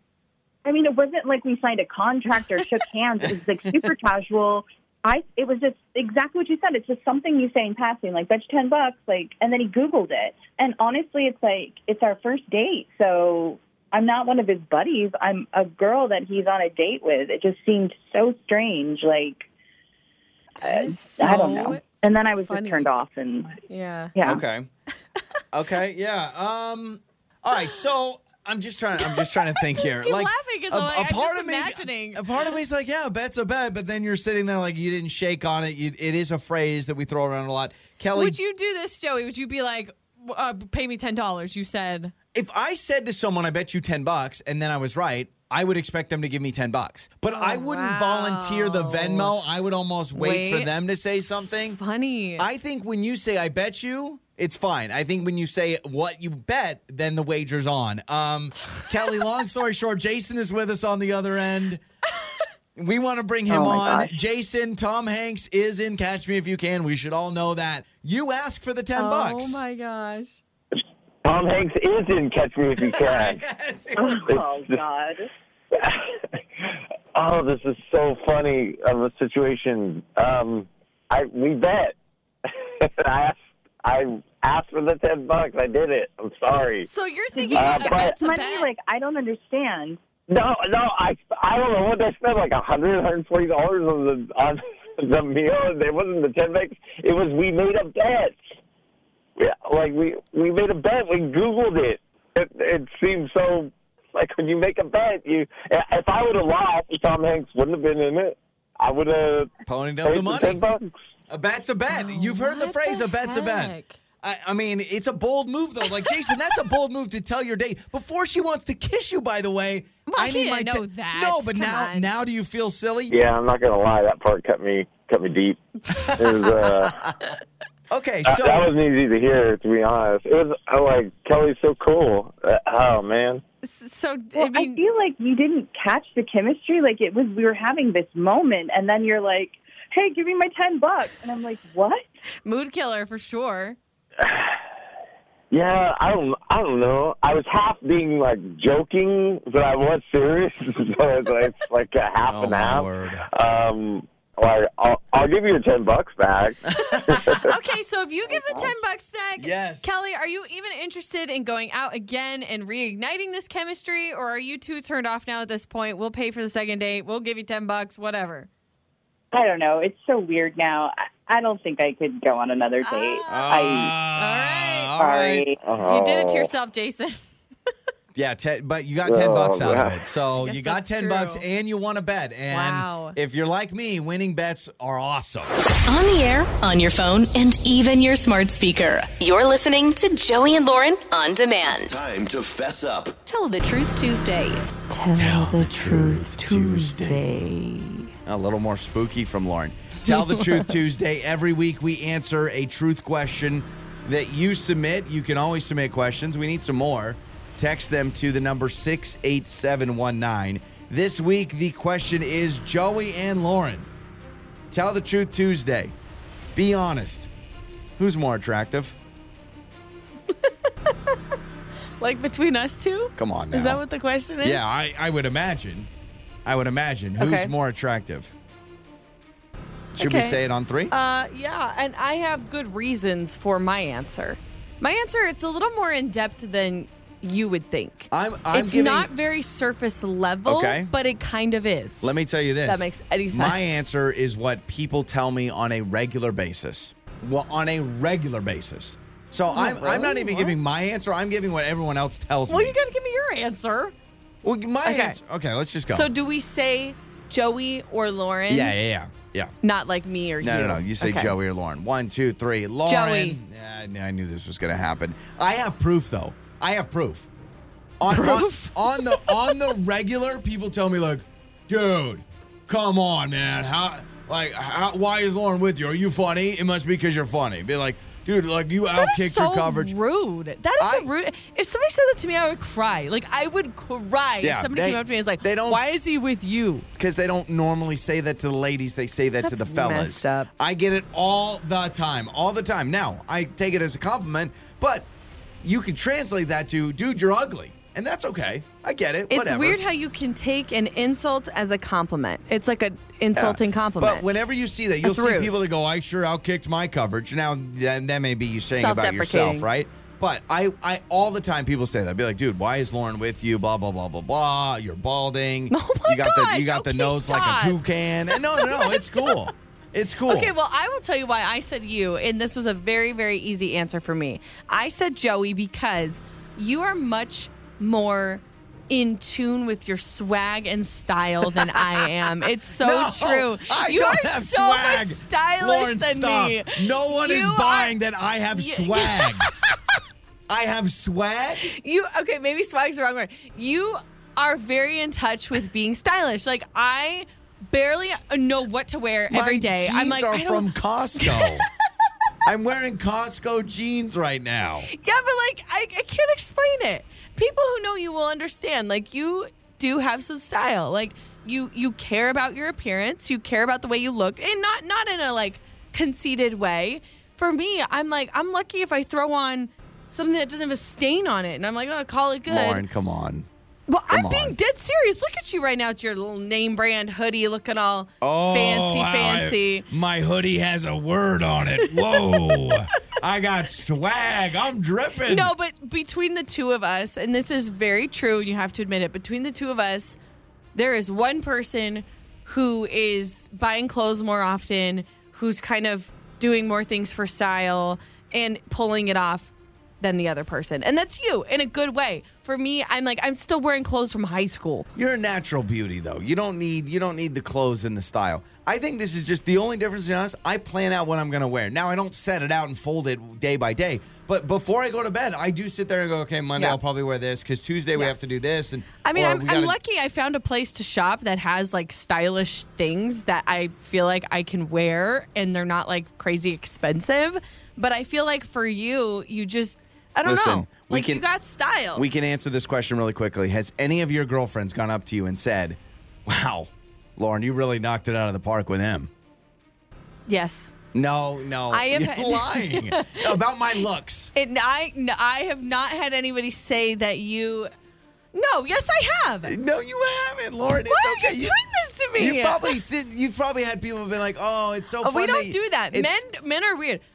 S5: I mean it wasn't like we signed a contract or shook hands. It was like super casual. I it was just exactly what you said. It's just something you say in passing, like bet you ten bucks, like and then he Googled it. And honestly it's like it's our first date, so I'm not one of his buddies. I'm a girl that he's on a date with. It just seemed so strange, like I don't know. And then I was
S3: funny.
S5: just turned off, and
S3: Yeah.
S5: yeah,
S2: Okay. okay. Yeah. Um. All right. So I'm just trying. I'm just trying to think here.
S3: keep
S2: like
S3: laughing 'cause I'm like, I'm just imagining.
S2: A part of me's like, yeah, bet's a bet, but then you're sitting there like you didn't shake on it. You, it is a phrase that we throw around a lot. Kelly,
S3: Would you do this, Joey? Would you be like, w- uh, pay me $10? You said,
S2: if I said to someone, "I bet you ten bucks," and then I was right. I would expect them to give me 10 bucks. But I wouldn't volunteer the
S3: Oh, wow.
S2: Venmo. I would almost wait, for
S3: Wait.
S2: them to say something.
S3: funny.
S2: I think when you say I bet you, it's fine. I think when you say what you bet, then the wager's on. Um, Kelly, long story short, Jason is with us on the other end. We want to bring him
S5: Oh my
S2: on.
S5: gosh.
S2: Jason, Tom Hanks is in Catch Me If You Can. We should all know that. You ask for the 10
S3: oh
S2: bucks.
S3: my gosh.
S6: Tom Hanks is in Catch Me If You Can.
S2: Yes.
S5: oh god,
S6: oh, this is so funny of a situation. Um, I we bet. I asked. I asked for the ten bucks. I did it. I'm sorry.
S3: So you're thinking
S6: Uh,
S3: that
S6: but-
S3: bet's a
S5: money
S3: bet.
S5: like I don't understand.
S6: No, no. I I don't know what I spent like a hundred, hundred forty dollars on the on the meal. and It wasn't the ten bucks. It was we made up debts. yeah, like we we made a bet. We Googled it. It, it seemed so like when you make a bet, you if I would have laughed, Tom Hanks wouldn't have been in it. I would have
S2: Ponying up
S6: paid
S2: the money.
S6: ten bucks.
S2: A bet's a bet. You've heard the
S3: Oh, what
S2: phrase
S3: the
S2: a bet's a bet.
S3: heck?
S2: I, I mean, it's a bold move though. Like Jason, that's a bold move to tell your date before she wants to kiss you. By the way,
S3: Well,
S2: I
S3: he
S2: need
S3: didn't
S2: my
S3: know
S2: te-
S3: that.
S2: No, but
S3: Come
S2: now,
S3: on.
S2: now do you feel silly?
S6: Yeah, I'm not gonna lie. That part cut me cut me deep. It was, uh,
S2: Okay,
S6: that,
S2: so
S6: Uh, that wasn't easy to hear, to be honest. It was uh, like Kelly's so cool. Uh, oh man,
S3: So
S7: Well,
S3: I
S7: I,
S3: mean,
S7: feel like you didn't catch the chemistry. Like it was, we were having this moment, and then you're like, "Hey, give me my ten bucks," and I'm like, "What?"
S3: mood killer for sure.
S6: Yeah, I don't, I don't know. I was half being like joking, but I was serious. so it's like, it's like a half
S2: Oh,
S6: and
S2: my
S6: half.
S2: word.
S6: Um, like I'll, I'll give you your ten bucks back.
S3: Okay, so if you give the ten bucks back,
S2: Yes.
S3: Kelly, are you even interested in going out again and reigniting this chemistry, or are you two turned off now at this point? We'll pay for the second date. We'll give you ten bucks, whatever.
S7: I don't know. It's so weird now. I, I don't think I could go on another date. I,
S2: Ah,
S3: All
S2: all
S7: sorry.
S2: right.
S3: You did
S2: Oh.
S3: it to yourself, Jason.
S2: Yeah, ten, but you got ten bucks
S6: Oh,
S2: out of
S6: wow.
S2: it. So
S3: I guess
S2: you got
S3: that's
S2: ten
S3: true.
S2: bucks, and you won a bet. And
S3: Wow.
S2: if you're like me, winning bets are awesome.
S1: On the air, on your phone, and even your smart speaker. You're listening to Joey and Lauren on demand.
S4: Time to fess up.
S1: Tell the truth Tuesday.
S2: Tell the Truth Tuesday. A little more spooky from Lauren. Tell the Truth Tuesday. Every week we answer a truth question that you submit. You can always submit questions. We need some more. Text them to the number 68719. This week the question is Joey and Lauren. Tell the Truth Tuesday. Be honest. Who's more attractive?
S3: Like between us two,
S2: Come on now.
S3: is that what the question is?
S2: Yeah, I, I would imagine. I would imagine. Who's
S3: Okay.
S2: more attractive? Should we
S3: Okay.
S2: say it on three?
S3: Uh, yeah, and I have good reasons for my answer. My answer it's a little more in depth than you would think.
S2: I'm- I'm
S3: it's
S2: giving-
S3: not very surface level,
S2: Okay.
S3: but it kind of is.
S2: Let me tell you this.
S3: That makes any sense.
S2: My answer is what people tell me on a regular basis. Well, on a regular basis. So I'm, I'm not even giving my answer. I'm giving what everyone else tells
S3: Well,
S2: me.
S3: you got to give me your answer.
S2: well, my
S3: Okay.
S2: answer. Okay, let's just go.
S3: So, do we say Joey or Lauren?
S2: yeah, yeah, yeah, yeah.
S3: Not like me or
S2: No,
S3: you.
S2: no, no. You say
S3: Okay.
S2: Joey or Lauren. One, two, three. Lauren.
S3: Joey.
S2: Yeah, I knew- I knew this was going to happen. I have proof, though. I have proof. On,
S3: Proof?
S2: On, on the on the regular, people tell me like, dude, come on, man. How like how, why is Lauren with you? Are you funny? It must be because you're funny. Be like, dude, like you
S3: That is
S2: outkicked
S3: so
S2: your coverage.
S3: rude. That is
S2: I-
S3: a rude. If somebody said that to me, I would cry. Like I would cry
S2: Yeah,
S3: if somebody
S2: they-
S3: came up to me and was like,
S2: they don't
S3: "Why
S2: s-
S3: is he with you?"
S2: because they don't normally say that to the ladies. They say that to
S3: That's
S2: the fellas.
S3: messed up.
S2: I get it all the time, all the time. Now I take it as a compliment, but you can translate that to "dude, you're ugly," and that's okay. I get it.
S3: It's
S2: Whatever.
S3: weird how you can take an insult as a compliment. It's like an
S2: Yeah.
S3: insulting compliment.
S2: But whenever you see that, you'll
S3: That's
S2: see
S3: rude.
S2: people that go, "I sure outkicked my coverage." Now that, that may be you saying about yourself,
S3: Self-deprecating.
S2: right? But I, I all the time people say that. I'd be like, dude, why is Lauren with you? Blah blah blah blah blah. You're balding.
S3: Oh my
S2: you got the
S3: gosh,
S2: you got the
S3: okay,
S2: nose
S3: stop.
S2: like a toucan. And no, no, no, it's cool. It's cool.
S3: Okay, well, I will tell you why I said you, and this was a very, very easy answer for me. I said Joey because you are much more in tune with your swag and style than I am. It's so
S2: No,
S3: true.
S2: I
S3: you
S2: don't
S3: are
S2: have
S3: so
S2: swag.
S3: much stylish
S2: Lauren,
S3: than
S2: stop.
S3: me.
S2: No one is
S3: You are-
S2: buying that I have
S3: You-
S2: swag. I have swag?
S3: You okay? Maybe swag's the wrong word. You are very in touch with being stylish. Like I barely know what to wear
S2: My
S3: every day.
S2: Jeans
S3: I'm like,
S2: are
S3: I
S2: from
S3: don't-
S2: Costco. I'm wearing Costco jeans right now.
S3: yeah, but like I, I can't explain it. People who know you will understand. Like you do have some style. Like you you care about your appearance. You care about the way you look, and not not in a like conceited way. For me, I'm like I'm lucky if I throw on something that doesn't have a stain on it, and I'm like, oh, call it good.
S2: Lauren, come on.
S3: Well,
S2: Come
S3: I'm
S2: on.
S3: being dead serious. Look at you right now. It's your little name brand hoodie looking all fancy,
S2: Oh, wow, I-
S3: fancy.
S2: my hoodie has a word on it. Whoa. I got swag. I'm dripping.
S3: no, but between the two of us, and this is very true, and you have to admit it, between the two of us, there is one person who is buying clothes more often, who's kind of doing more things for style and pulling it off than the other person. And that's you in a good way. For me, I'm like, I'm still wearing clothes from high school.
S2: You're a natural beauty though. You don't need you don't need the clothes and the style. I think this is just the only difference in us. I plan out what I'm gonna wear. Now I don't set it out and fold it day by day. But before I go to bed, I do sit there and go, okay, Monday
S3: Yeah.
S2: I'll probably wear this because Tuesday we have to do this. And
S3: I mean,
S2: or
S3: I'm,
S2: we
S3: I'm
S2: gotta-
S3: lucky I found a place to shop that has like stylish things that I feel like I can wear and they're not like crazy expensive. But I feel like for you, you just, I don't
S2: Listen,
S3: know.
S2: we
S3: Like
S2: can-
S3: you got style.
S2: We can answer this question really quickly. Has any of your girlfriends gone up to you and said, "Wow, Lauren, you really knocked it out of the park with him"?
S3: yes.
S2: No, no,
S3: I have-
S2: you're lying about my looks.
S3: And I, n- I have not had anybody say that you. No, yes, I have.
S2: No, you haven't, Lauren. It's
S3: Why
S2: okay.
S3: are you, doing this to me?
S2: You probably sit, you probably had people be like, "Oh, it's so
S3: Uh,
S2: fun."
S3: we don't
S2: you-
S3: do that.
S2: it's-
S3: Men men are weird. W-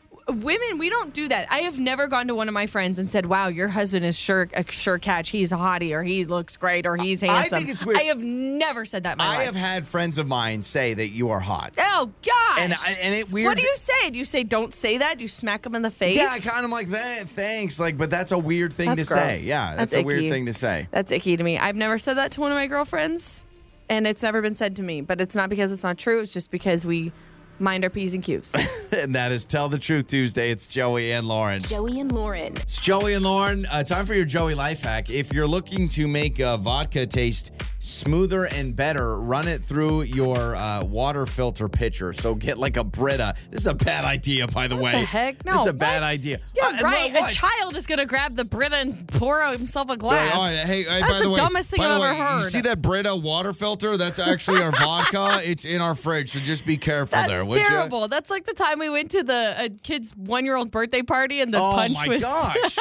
S3: Women, we don't do that. I have never gone to one of my friends and said, "Wow, your husband is sure a sure catch. He's a hottie, or he looks great, or he's
S2: I
S3: handsome."
S2: think it's weird.
S3: I have never said that. In my
S2: I
S3: life.
S2: have had friends of mine say that you are hot.
S3: Oh gosh!
S2: And I- and it
S3: What
S2: weirds-
S3: do you say? Do you say don't say that? Do you smack him in the face?
S2: Yeah, I kind of like that. Thanks, like, but that's a weird thing
S3: That's
S2: to
S3: gross.
S2: say. Yeah, that's,
S3: That's
S2: a weird
S3: icky.
S2: thing to say.
S3: That's icky to me. I've never said that to one of my girlfriends, and it's never been said to me. But it's not because it's not true. It's just because we mind our p's and q's.
S2: and that is Tell the Truth Tuesday. It's Joey and Lauren.
S1: Joey and Lauren.
S2: It's Joey and Lauren. Uh, time for your Joey life hack. If you're looking to make uh, vodka taste smoother and better, run it through your uh, water filter pitcher. So get like a Brita. This is a bad idea, by the way.
S3: the heck? No,
S2: This is a
S3: what?
S2: bad idea.
S3: You're
S2: Uh,
S3: right.
S2: what?
S3: A child is going to grab the Brita and pour himself a
S2: Be
S3: glass.
S2: like, "All right, hey, hey,
S3: That's
S2: by
S3: the,
S2: way-
S3: dumbest thing
S2: by
S3: I've
S2: the way,
S3: ever heard.
S2: You see that Brita water filter? That's actually our vodka. It's in our fridge, so just be careful
S3: That's
S2: there. would ya?
S3: terrible. That's like the time we went to the a kid's one-year-old birthday party and the
S2: oh
S3: punch
S2: my
S3: was.
S2: gosh!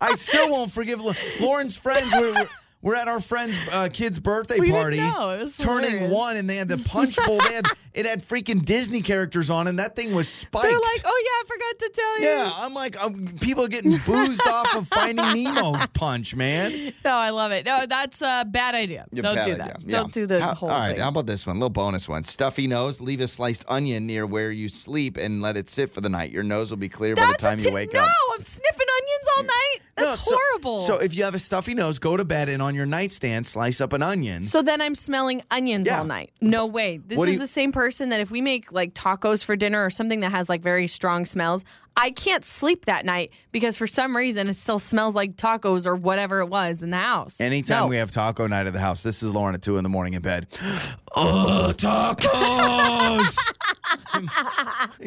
S2: I still won't forgive Lau- Lauren's friends. We're, we're, we're at our friend's uh, kid's birthday
S3: We didn't
S2: party,
S3: know. It was
S2: turning
S3: hilarious.
S2: one, and they had the punch bowl. they had it had freaking Disney characters on, and that thing was spiked.
S3: They're like, oh yeah, I forgot to tell you.
S2: yeah, I'm like, um people are getting boozed off of Finding Nemo punch, man.
S3: No, I love it. No, that's a bad idea.
S2: You're
S3: Don't
S2: bad
S3: do
S2: at
S3: that.
S2: job.
S3: Don't
S2: Yeah.
S3: do the
S2: How-
S3: whole
S2: All right,
S3: thing.
S2: how about this one? Little bonus one. Stuffy nose. Leave a sliced onion near where you sleep and let it sit for the night. Your nose will be clear by the
S3: that's a
S2: time you
S3: ti-
S2: wake
S3: no,
S2: up.
S3: I'm sniffing onions all night.
S2: No,
S3: That's
S2: so-
S3: horrible.
S2: So, if you have a stuffy nose, go to bed and on your nightstand, slice up an onion.
S3: So then I'm smelling onions
S2: Yeah.
S3: all night. No way. This
S2: What
S3: is
S2: do you-
S3: the same person that if we make like tacos for dinner or something that has like very strong smells, I can't sleep that night because for some reason it still smells like tacos or whatever it was in the house.
S2: Anytime
S3: No.
S2: we have taco night at the house, this is Lauren at two in the morning in bed. Oh, tacos!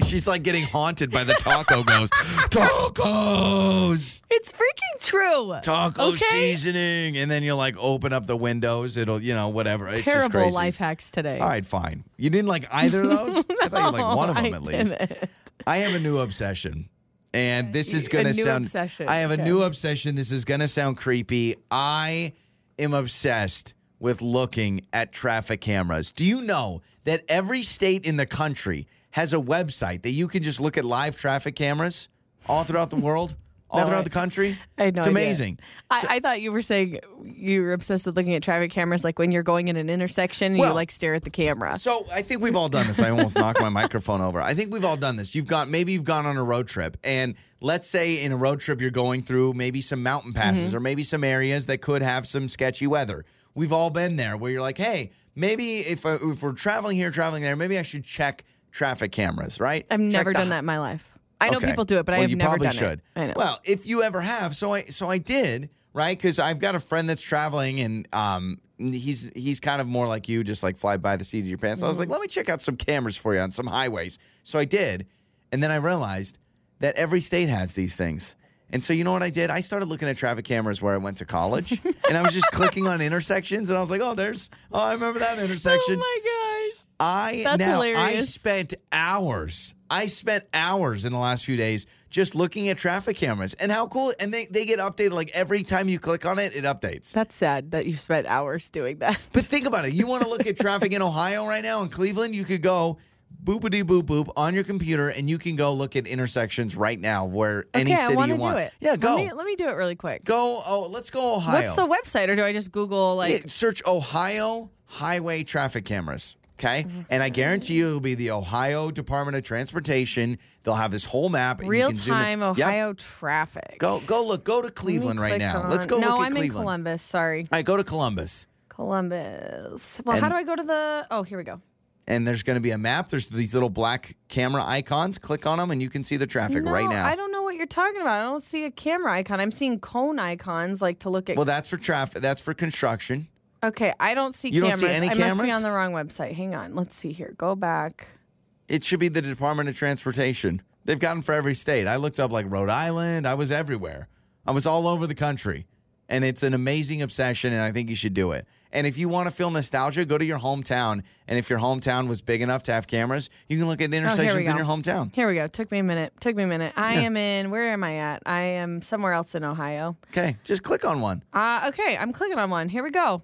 S2: She's like getting haunted by the taco ghost. Tacos!
S3: It's freaking true.
S2: taco
S3: Okay.
S2: seasoning, and then you'll like open up the windows. It'll, you know, whatever. It's just
S3: Terrible
S2: crazy.
S3: life hacks today.
S2: All right, fine. You didn't like either of those. I thought you liked one of them
S3: I
S2: at least.
S3: didn't.
S2: I have a new obsession. And this is
S3: A
S2: going to
S3: new
S2: sound.
S3: obsession.
S2: I have a
S3: Okay.
S2: new obsession. This is going to sound creepy. I am obsessed with looking at traffic cameras. Do you know that every state in the country has a website that you can just look at live traffic cameras all throughout the world, all
S3: No,
S2: throughout
S3: I-
S2: the country?
S3: I had no
S2: It's
S3: idea.
S2: amazing.
S3: I, I thought you were saying you were obsessed with looking at traffic cameras, like when you're going in an intersection and
S2: Well-
S3: you like stare at the camera.
S2: So I think we've all done this. I almost knocked my microphone over. I think we've all done this. You've gone, maybe you've gone on a road trip, and let's say in a road trip you're going through maybe some mountain
S3: Mm-hmm.
S2: passes or maybe some areas that could have some sketchy weather. We've all been there where you're like, hey, maybe if, I, if we're traveling here, traveling there, maybe I should check traffic cameras, right?
S3: I've
S2: Check
S3: never
S2: the
S3: done that in my life. I know
S2: Okay.
S3: people do it, but I
S2: Well,
S3: have
S2: you
S3: never
S2: probably
S3: done
S2: should.
S3: it. I know.
S2: Well, if you ever have, so I so I did, right? Because I've got a friend that's traveling, and um, he's he's kind of more like you, just like fly by the seat of your pants. I was
S3: Mm-hmm.
S2: like, let me check out some cameras for you on some highways. So I did, and then I realized that every state has these things. And so you know what I did? I started looking at traffic cameras where I went to college, and I was just clicking on intersections, and I was like, "Oh, there's, oh, I remember that intersection."
S3: oh my gosh.
S2: I
S3: That's
S2: now I
S3: hilarious.
S2: spent hours. I spent hours in the last few days just looking at traffic cameras and how cool and they, they get updated like every time you click on it, it updates.
S3: That's sad that you spent hours doing that.
S2: But think about it. You want to look at traffic in Ohio right now in Cleveland, you could go boopity boop boop on your computer and you can go look at intersections right now where any
S3: okay,
S2: city
S3: I wanna
S2: you want.
S3: do it.
S2: Yeah, go.
S3: Let me, let me do it really quick.
S2: go oh let's go Ohio.
S3: What's the website, or do I just Google like?
S2: Yeah, search Ohio highway traffic cameras. Okay. And I guarantee you it'll be the Ohio Department of Transportation. They'll have this whole map. and you
S3: Real
S2: can zoom in-
S3: time
S2: Yep.
S3: Ohio traffic.
S2: Go go look. Go to Cleveland right
S3: Click
S2: now.
S3: on-
S2: Let's go
S3: No,
S2: look at
S3: I'm
S2: Cleveland.
S3: in Columbus. Sorry,
S2: All right, go to Columbus.
S3: Columbus. Well, how
S2: And-
S3: do I go to the? Oh, here we go.
S2: And there's going to be a map. There's these little black camera icons. Click on them and you can see the traffic
S3: no,
S2: right now.
S3: I don't know what you're talking about. I don't see a camera icon. I'm seeing cone icons, like to look at.
S2: well, that's for traffic. That's for construction.
S3: okay, I don't see
S2: You don't
S3: cameras.
S2: see any
S3: I must be
S2: cameras?
S3: on the wrong website. Hang on. Let's see here. Go back.
S2: It should be the Department of Transportation. They've gotten for every state. I looked up like Rhode Island. I was everywhere. I was all over the country. And it's an amazing obsession, and I think you should do it. And if you want to feel nostalgia, go to your hometown. And if your hometown was big enough to have cameras, you can look at intersections in
S3: Oh, go.
S2: your hometown.
S3: Here we go. Took me a minute. Took me a minute. I am in. Where am I at? I am somewhere else in Ohio.
S2: Okay, just click on one.
S3: Uh, okay, I'm clicking on one. Here we go.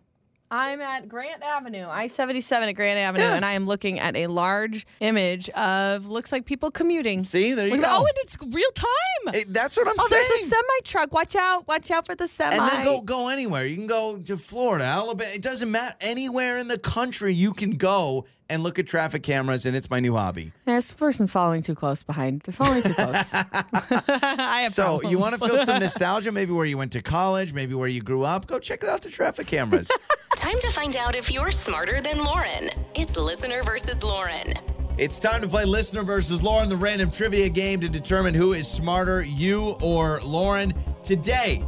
S3: I'm at Grant Avenue, I 77 at Grant Avenue,
S2: Yeah.
S3: and I am looking at a large image of looks like people commuting.
S2: See, there you
S3: Look at-
S2: go.
S3: Oh, and it's real time.
S2: Hey, that's what I'm
S3: oh,
S2: saying.
S3: there's a semi truck. Watch out. Watch out for the semi.
S2: and then go go anywhere. You can go to Florida, Alabama. It doesn't matter. Anywhere in the country, you can go and look at traffic cameras, and it's my new hobby.
S3: Yeah, this person's following too close behind. They're following too close. I have
S2: So you want
S3: problems.
S2: to feel some nostalgia, maybe where you went to college, maybe where you grew up, go check out the traffic cameras.
S1: Time to find out if you're smarter than Lauren. It's listener versus Lauren.
S2: it's time to play Listener versus Lauren, the random trivia game to determine who is smarter, you or Lauren. Today,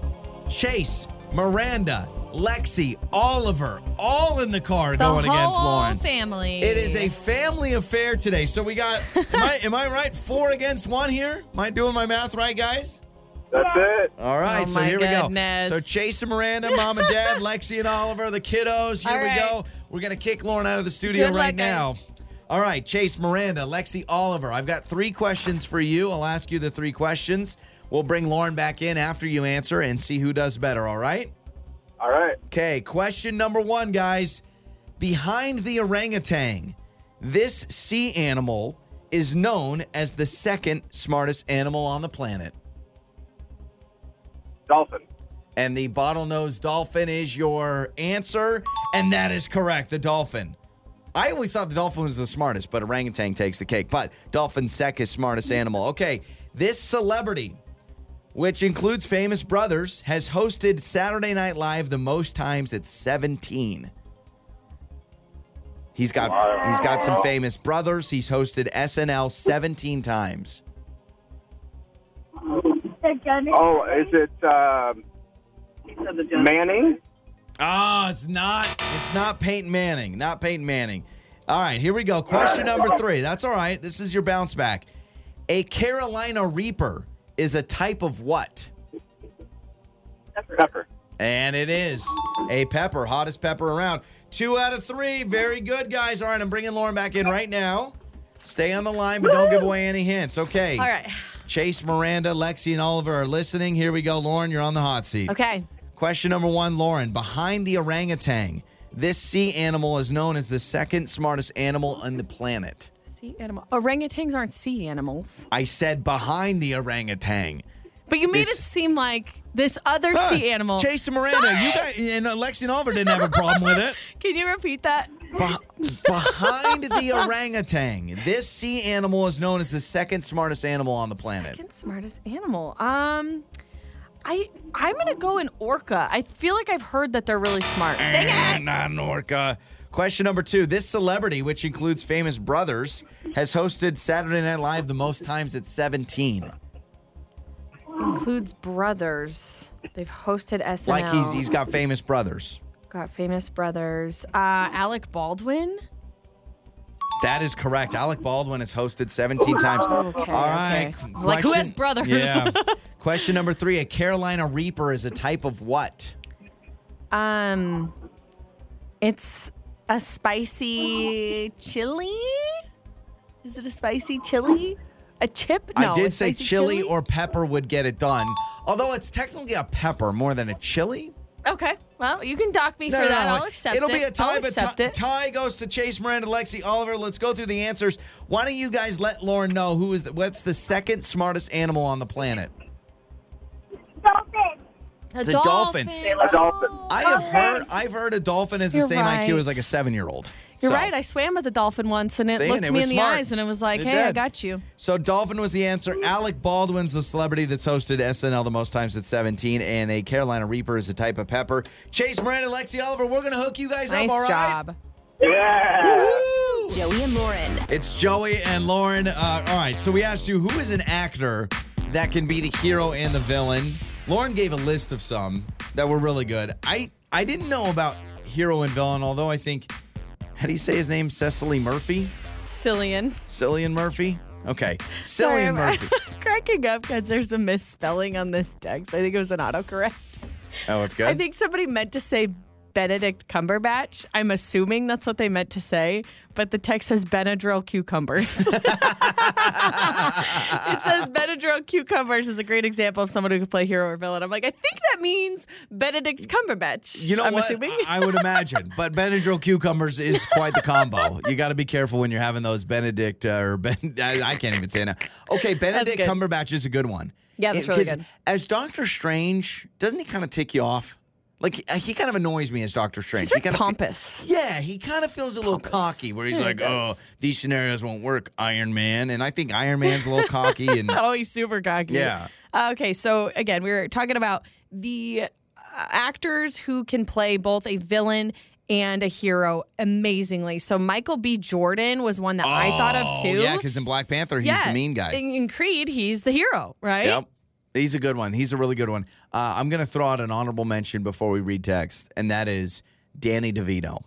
S2: Chase, Miranda, Lexi, Oliver, all in the car
S3: the
S2: going
S3: whole
S2: against Lauren.
S3: family.
S2: It is a family affair today. So we got, am I, am I right? Four against one here? Am I doing my math right, guys?
S6: That's it.
S2: All right,
S3: Oh,
S2: so
S3: my
S2: here
S3: goodness.
S2: we go. So Chase and Miranda, mom and dad, Lexi and Oliver, the kiddos. Here
S3: All
S2: we
S3: right.
S2: go. We're gonna kick Lauren out of the studio
S3: Good
S2: right
S3: luck,
S2: now. All right, Chase, Miranda, Lexi, Oliver. I've got three questions for you. I'll ask you the three questions. We'll bring Lauren back in after you answer and see who does better. All right.
S6: All right.
S2: Okay. Question number one, guys. Behind the orangutan, this sea animal is known as the second smartest animal on the planet.
S6: Dolphin.
S2: And the bottlenose dolphin is your answer. And that is correct, the dolphin. I always thought the dolphin was the smartest, but orangutan takes the cake. But dolphin second smartest animal. Okay, this celebrity, which includes famous brothers, has hosted Saturday Night Live the most times at 17. He's got he's got some famous brothers. He's hosted SNL 17 times.
S6: Oh, is it um, Manning?
S2: Ah, it's not. It's not Peyton Manning. Not Peyton Manning. All right, here we go. Question number three. That's all right. This is your bounce back. A Carolina Reaper is a type of what?
S6: Pepper.
S2: And it is a pepper, hottest pepper around. Two out of three. Very good, guys. All right, I'm bringing Lauren back in right now. Stay on the line, but don't give away any hints. Okay.
S3: All right.
S2: Chase, Miranda, Lexi, and Oliver are listening. Here we go. Lauren, you're on the hot seat.
S3: Okay.
S2: Question number one, Lauren. Behind the orangutan, this sea animal is known as the second smartest animal on the planet.
S3: Sea animal. Orangutans aren't sea animals.
S2: I said behind the orangutan.
S3: But you made
S2: This-
S3: it seem like this other sea
S2: Huh,
S3: animal.
S2: Chase and Miranda, you guys, and uh, Lexi and Oliver didn't have a problem with it.
S3: Can you repeat that?
S2: Be- behind the orangutan, this sea animal is known as the second smartest animal on the planet.
S3: Second smartest animal. Um, I I'm gonna go an orca. I feel like I've heard that they're really smart. Dang it!
S2: And Not an orca. Question number two. This celebrity, which includes famous brothers, has hosted Saturday Night Live the most times at 17.
S3: Includes brothers. They've hosted SNL.
S2: Like he's, he's got famous brothers.
S3: got famous brothers. Uh, Alec Baldwin.
S2: That is correct. Alec Baldwin has hosted 17 times.
S3: Okay.
S2: All right.
S3: okay.
S2: qu-
S3: Like who has
S2: question-
S3: brothers?
S2: Yeah. question number three A Carolina Reaper is a type of what?
S3: um, it's a spicy chili. Is it a spicy chili? A chip? No,
S2: I
S3: a
S2: did say
S3: spicy
S2: chili, or pepper would get it done. Although it's technically a pepper more than a chili.
S3: Okay. Well, you can dock me for that. I'll accept
S2: It'll
S3: it.
S2: be a tie,
S3: I'll
S2: but
S3: accept
S2: ti-
S3: it.
S2: tie goes to Chase Miranda, Lexi Oliver. Let's go through the answers. Why don't you guys let Lauren know who is the, what's the second smartest animal on the planet?
S3: a
S2: a dolphin.
S6: A dolphin.
S2: I have heard I've heard a dolphin has the
S3: You're
S2: same IQ as
S3: right.
S2: like a seven year old.
S3: You're
S2: So-
S3: right. I swam with a dolphin once and it
S2: Saying
S3: looked
S2: it
S3: me
S2: was
S3: in the
S2: smart.
S3: eyes and it was like,
S2: It
S3: hey, I
S2: did.
S3: got you.
S2: So Dolphin was the answer. Alec Baldwin's the celebrity that's hosted SNL the most times at 17, and a Carolina Reaper is a type of pepper. Chase Moran and Lexi Oliver, we're gonna hook you guys
S3: Nice
S2: up. All right.
S3: job.
S6: Yeah.
S2: Woo!
S1: Joey and Lauren.
S2: It's Joey and Lauren. Uh, all right, so we asked you who is an actor that can be the hero and the villain. Lauren gave a list of some that were really good. I I didn't know about hero and villain, although I think how do you say his name? Cecily Murphy,
S3: Cillian.
S2: Cillian Murphy. Okay,
S3: Sorry,
S2: Cillian
S3: I'm
S2: Murphy.
S3: cracking up because there's a misspelling on this text. I think it was an autocorrect.
S2: Oh, it's good.
S3: I think somebody meant to say Benedict Cumberbatch. I'm assuming that's what they meant to say, but the text says Benadryl cucumbers. it says Benadryl cucumbers is a great example of someone who could play hero or villain. I'm like, I think that means Benedict Cumberbatch.
S2: You know
S3: I'm
S2: what?
S3: Assuming.
S2: I I would imagine. But Benadryl cucumbers is quite the combo. you got to be careful when you're having those Benedict uh, or Ben. I, I can't even say now. Okay, Benedict
S3: good.
S2: Cumberbatch is a good one.
S3: Yeah, that's really
S2: 'cause
S3: good.
S2: As Doctor Strange, doesn't he kind of tick you off? Like he- he kind of annoys me as Doctor Strange.
S3: He's
S2: He kind
S3: very
S2: of
S3: pompous.
S2: yeah, he kind of feels a little cocky where he's like, "Oh, these scenarios won't work, Iron Man." And I think Iron Man's a little cocky and
S3: oh, he's super cocky.
S2: Yeah.
S3: Uh, okay, so again, we were talking about the uh, actors who can play both a villain and a hero amazingly. So Michael B. Jordan was one that I thought of
S2: Oh,
S3: too.
S2: yeah, cuz in Black Panther he's
S3: Yeah,
S2: the mean guy.
S3: In, in Creed, he's the hero, right?
S2: Yep. He's a good one. He's a really good one. Uh, I'm going to throw out an honorable mention before we read text, and that is Danny DeVito.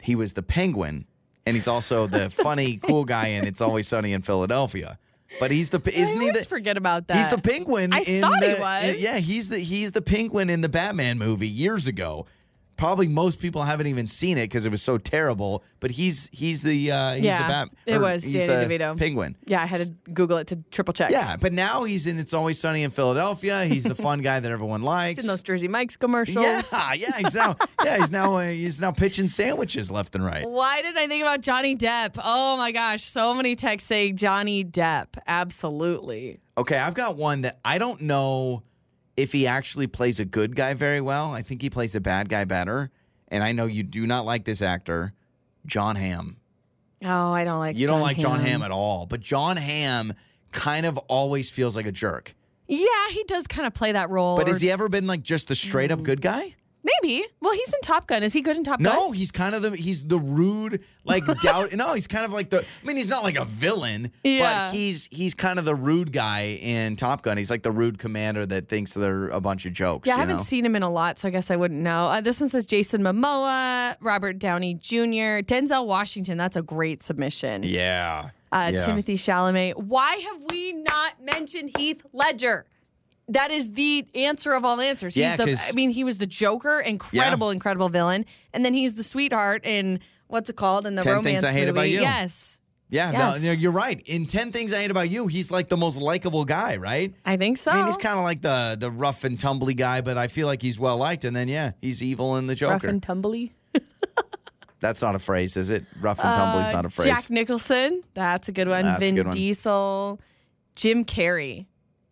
S2: He was the penguin, and he's also the funny, cool guy in It's Always Sunny in Philadelphia. But he's the
S3: I
S2: isn't he
S3: always
S2: the
S3: forget about that.
S2: he's the penguin?
S3: I
S2: in
S3: thought he
S2: the-
S3: was.
S2: Yeah, he's the he's the penguin in the Batman movie years ago. Probably most people haven't even seen it because it was so terrible. But he's he's the uh, he's
S3: Yeah,
S2: the Batman.
S3: it was Danny DeVito.
S2: penguin.
S3: Yeah, I had to Google it to triple check.
S2: Yeah, but now he's in It's Always Sunny in Philadelphia. He's the fun guy that everyone likes.
S3: It's in those Jersey Mike's commercials.
S2: yeah, yeah, he's now yeah he's now uh, he's now pitching sandwiches left and right.
S3: Why did I think about Johnny Depp? Oh my gosh, so many texts saying Johnny Depp. Absolutely.
S2: Okay, I've got one that I don't know if he actually plays a good guy very well. I think he plays a bad guy better, and I know you do not like this actor, John Hamm.
S3: Oh, I don't like
S2: You don't like John
S3: Hamm.
S2: Hamm at all, but John Hamm kind of always feels like a jerk.
S3: Yeah, he does kind of play that role.
S2: But
S3: or- Hmm.
S2: has he ever been like just the straight up good guy?
S3: Maybe. Well, he's in Top Gun. Is he good in Top Gun?
S2: No, he's kind of the he's the rude like doubt. No, he's kind of like the. I mean, he's not like a villain,
S3: Yeah.
S2: but he's he's kind of the rude guy in Top Gun. He's like the rude commander that thinks they're a bunch of jokes.
S3: Yeah, I
S2: you
S3: haven't
S2: know?
S3: seen him in a lot, so I guess I wouldn't know. Uh, this one says Jason Momoa, Robert Downey Jr., Denzel Washington. That's a great submission.
S2: Yeah,
S3: Uh,
S2: yeah.
S3: Timothy Chalamet. Why have we not mentioned Heath Ledger? That is the answer of all answers.
S2: Yeah,
S3: he's
S2: 'cause-
S3: the, I mean, he was the Joker, incredible, incredible villain, and then he's the sweetheart in what's it called in the
S2: 10
S3: romance
S2: Things I Hate
S3: movie.
S2: About You.
S3: Yes,
S2: Yeah,
S3: Yes.
S2: no, no, you're right. In Ten Things I Hate About You, he's like the most likable guy, right?
S3: I think so.
S2: I mean, he's kind of like the the rough and tumbly guy, but I feel like he's well liked. And then yeah, he's evil in the
S3: rough
S2: Joker.
S3: and tumbly.
S2: That's not a phrase, is it? Rough and tumbly's not a phrase.
S3: Uh, Jack Nicholson. That's a good one.
S2: That's a
S3: Vin
S2: good one.
S3: Diesel. Jim Carrey.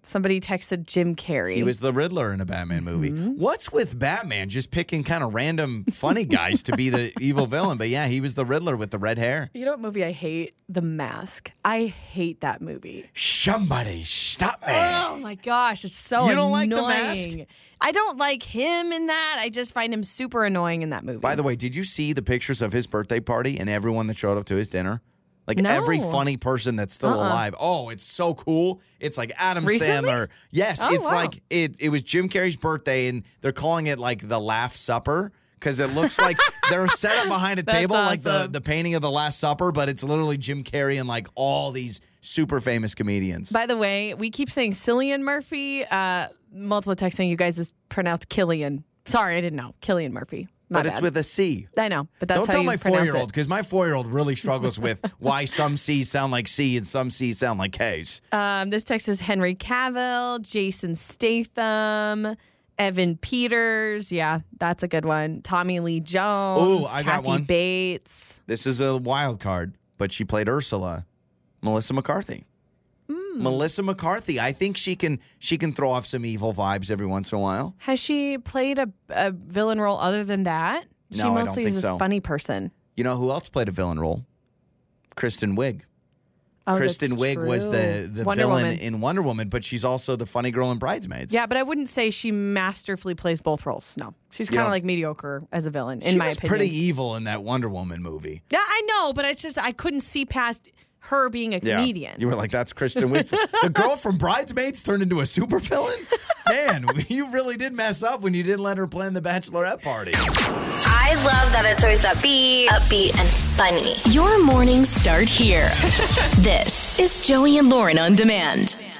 S3: Somebody texted Jim Carrey.
S2: He was the Riddler in a Batman movie. What's with Batman just picking kind of random funny guys to be the evil villain? But yeah, he was the Riddler with the red hair.
S3: You know what movie I hate? The Mask. I hate that movie.
S2: Somebody stop me.
S3: Oh my gosh, it's so
S2: Eh. You don't like The Mask?
S3: annoying. I don't like him in that. I just find him super annoying in that movie.
S2: By the way, did you see the pictures of his birthday party and everyone that showed up to his dinner? Like
S3: No. Uh-uh.
S2: every funny person that's still alive. Oh, it's so cool. It's like Adam
S3: Recently?
S2: Sandler. Yes,
S3: Oh,
S2: it's
S3: wow.
S2: like it it was Jim Carrey's birthday and they're calling it like the laugh supper. Because it looks like they're set up behind a
S3: That's
S2: table, like the,
S3: awesome.
S2: the painting of the Last Supper, but it's literally Jim Carrey and like all these super famous comedians.
S3: By the way, we keep saying Cillian Murphy. Uh, multiple texts saying you guys is pronounced Killian. Sorry, I didn't know. Killian Murphy. My
S2: but it's
S3: bad.
S2: with a C.
S3: I know, but that's
S2: Don't
S3: how
S2: tell
S3: you
S2: my
S3: pronounce
S2: four
S3: it.
S2: year old because my four year old really struggles with why some C's sound like C and some C's sound like K's.
S3: Um, this text is Henry Cavill, Jason Statham, Evan Peters. Yeah, that's a good one. Tommy Lee Jones.
S2: Ooh, I got
S3: Kathy
S2: one.
S3: Bates.
S2: This is a wild card, but she played Ursula, Melissa McCarthy.
S3: Hmm.
S2: Melissa McCarthy, I think she can she can throw off some evil vibes every once in a while.
S3: Has she played a, a villain role other than that? She
S2: No, I don't
S3: mostly
S2: think
S3: is a
S2: so.
S3: funny person.
S2: You know who else played a villain role? Kristen Wiig.
S3: Oh,
S2: Kristen
S3: that's
S2: Wiig was the,
S3: true.
S2: the
S3: Wonder
S2: villain
S3: Woman.
S2: in Wonder Woman, but she's also the funny girl in Bridesmaids.
S3: Yeah, but I wouldn't say she masterfully plays both roles. No, she's
S2: You
S3: kind of
S2: know-
S3: like mediocre as a villain, in
S2: she
S3: my
S2: was
S3: opinion.
S2: pretty evil in that Wonder Woman movie.
S3: yeah, I know, but it's just I couldn't see past her being a comedian.
S2: You were like, that's Kristen Wiig. the girl from Bridesmaids turned into a supervillain? Man, you really did mess up when you didn't let her plan the bachelorette party.
S8: I love that it's always upbeat, upbeat, and funny.
S1: Your mornings start here. this is Joey and Lauren on demand.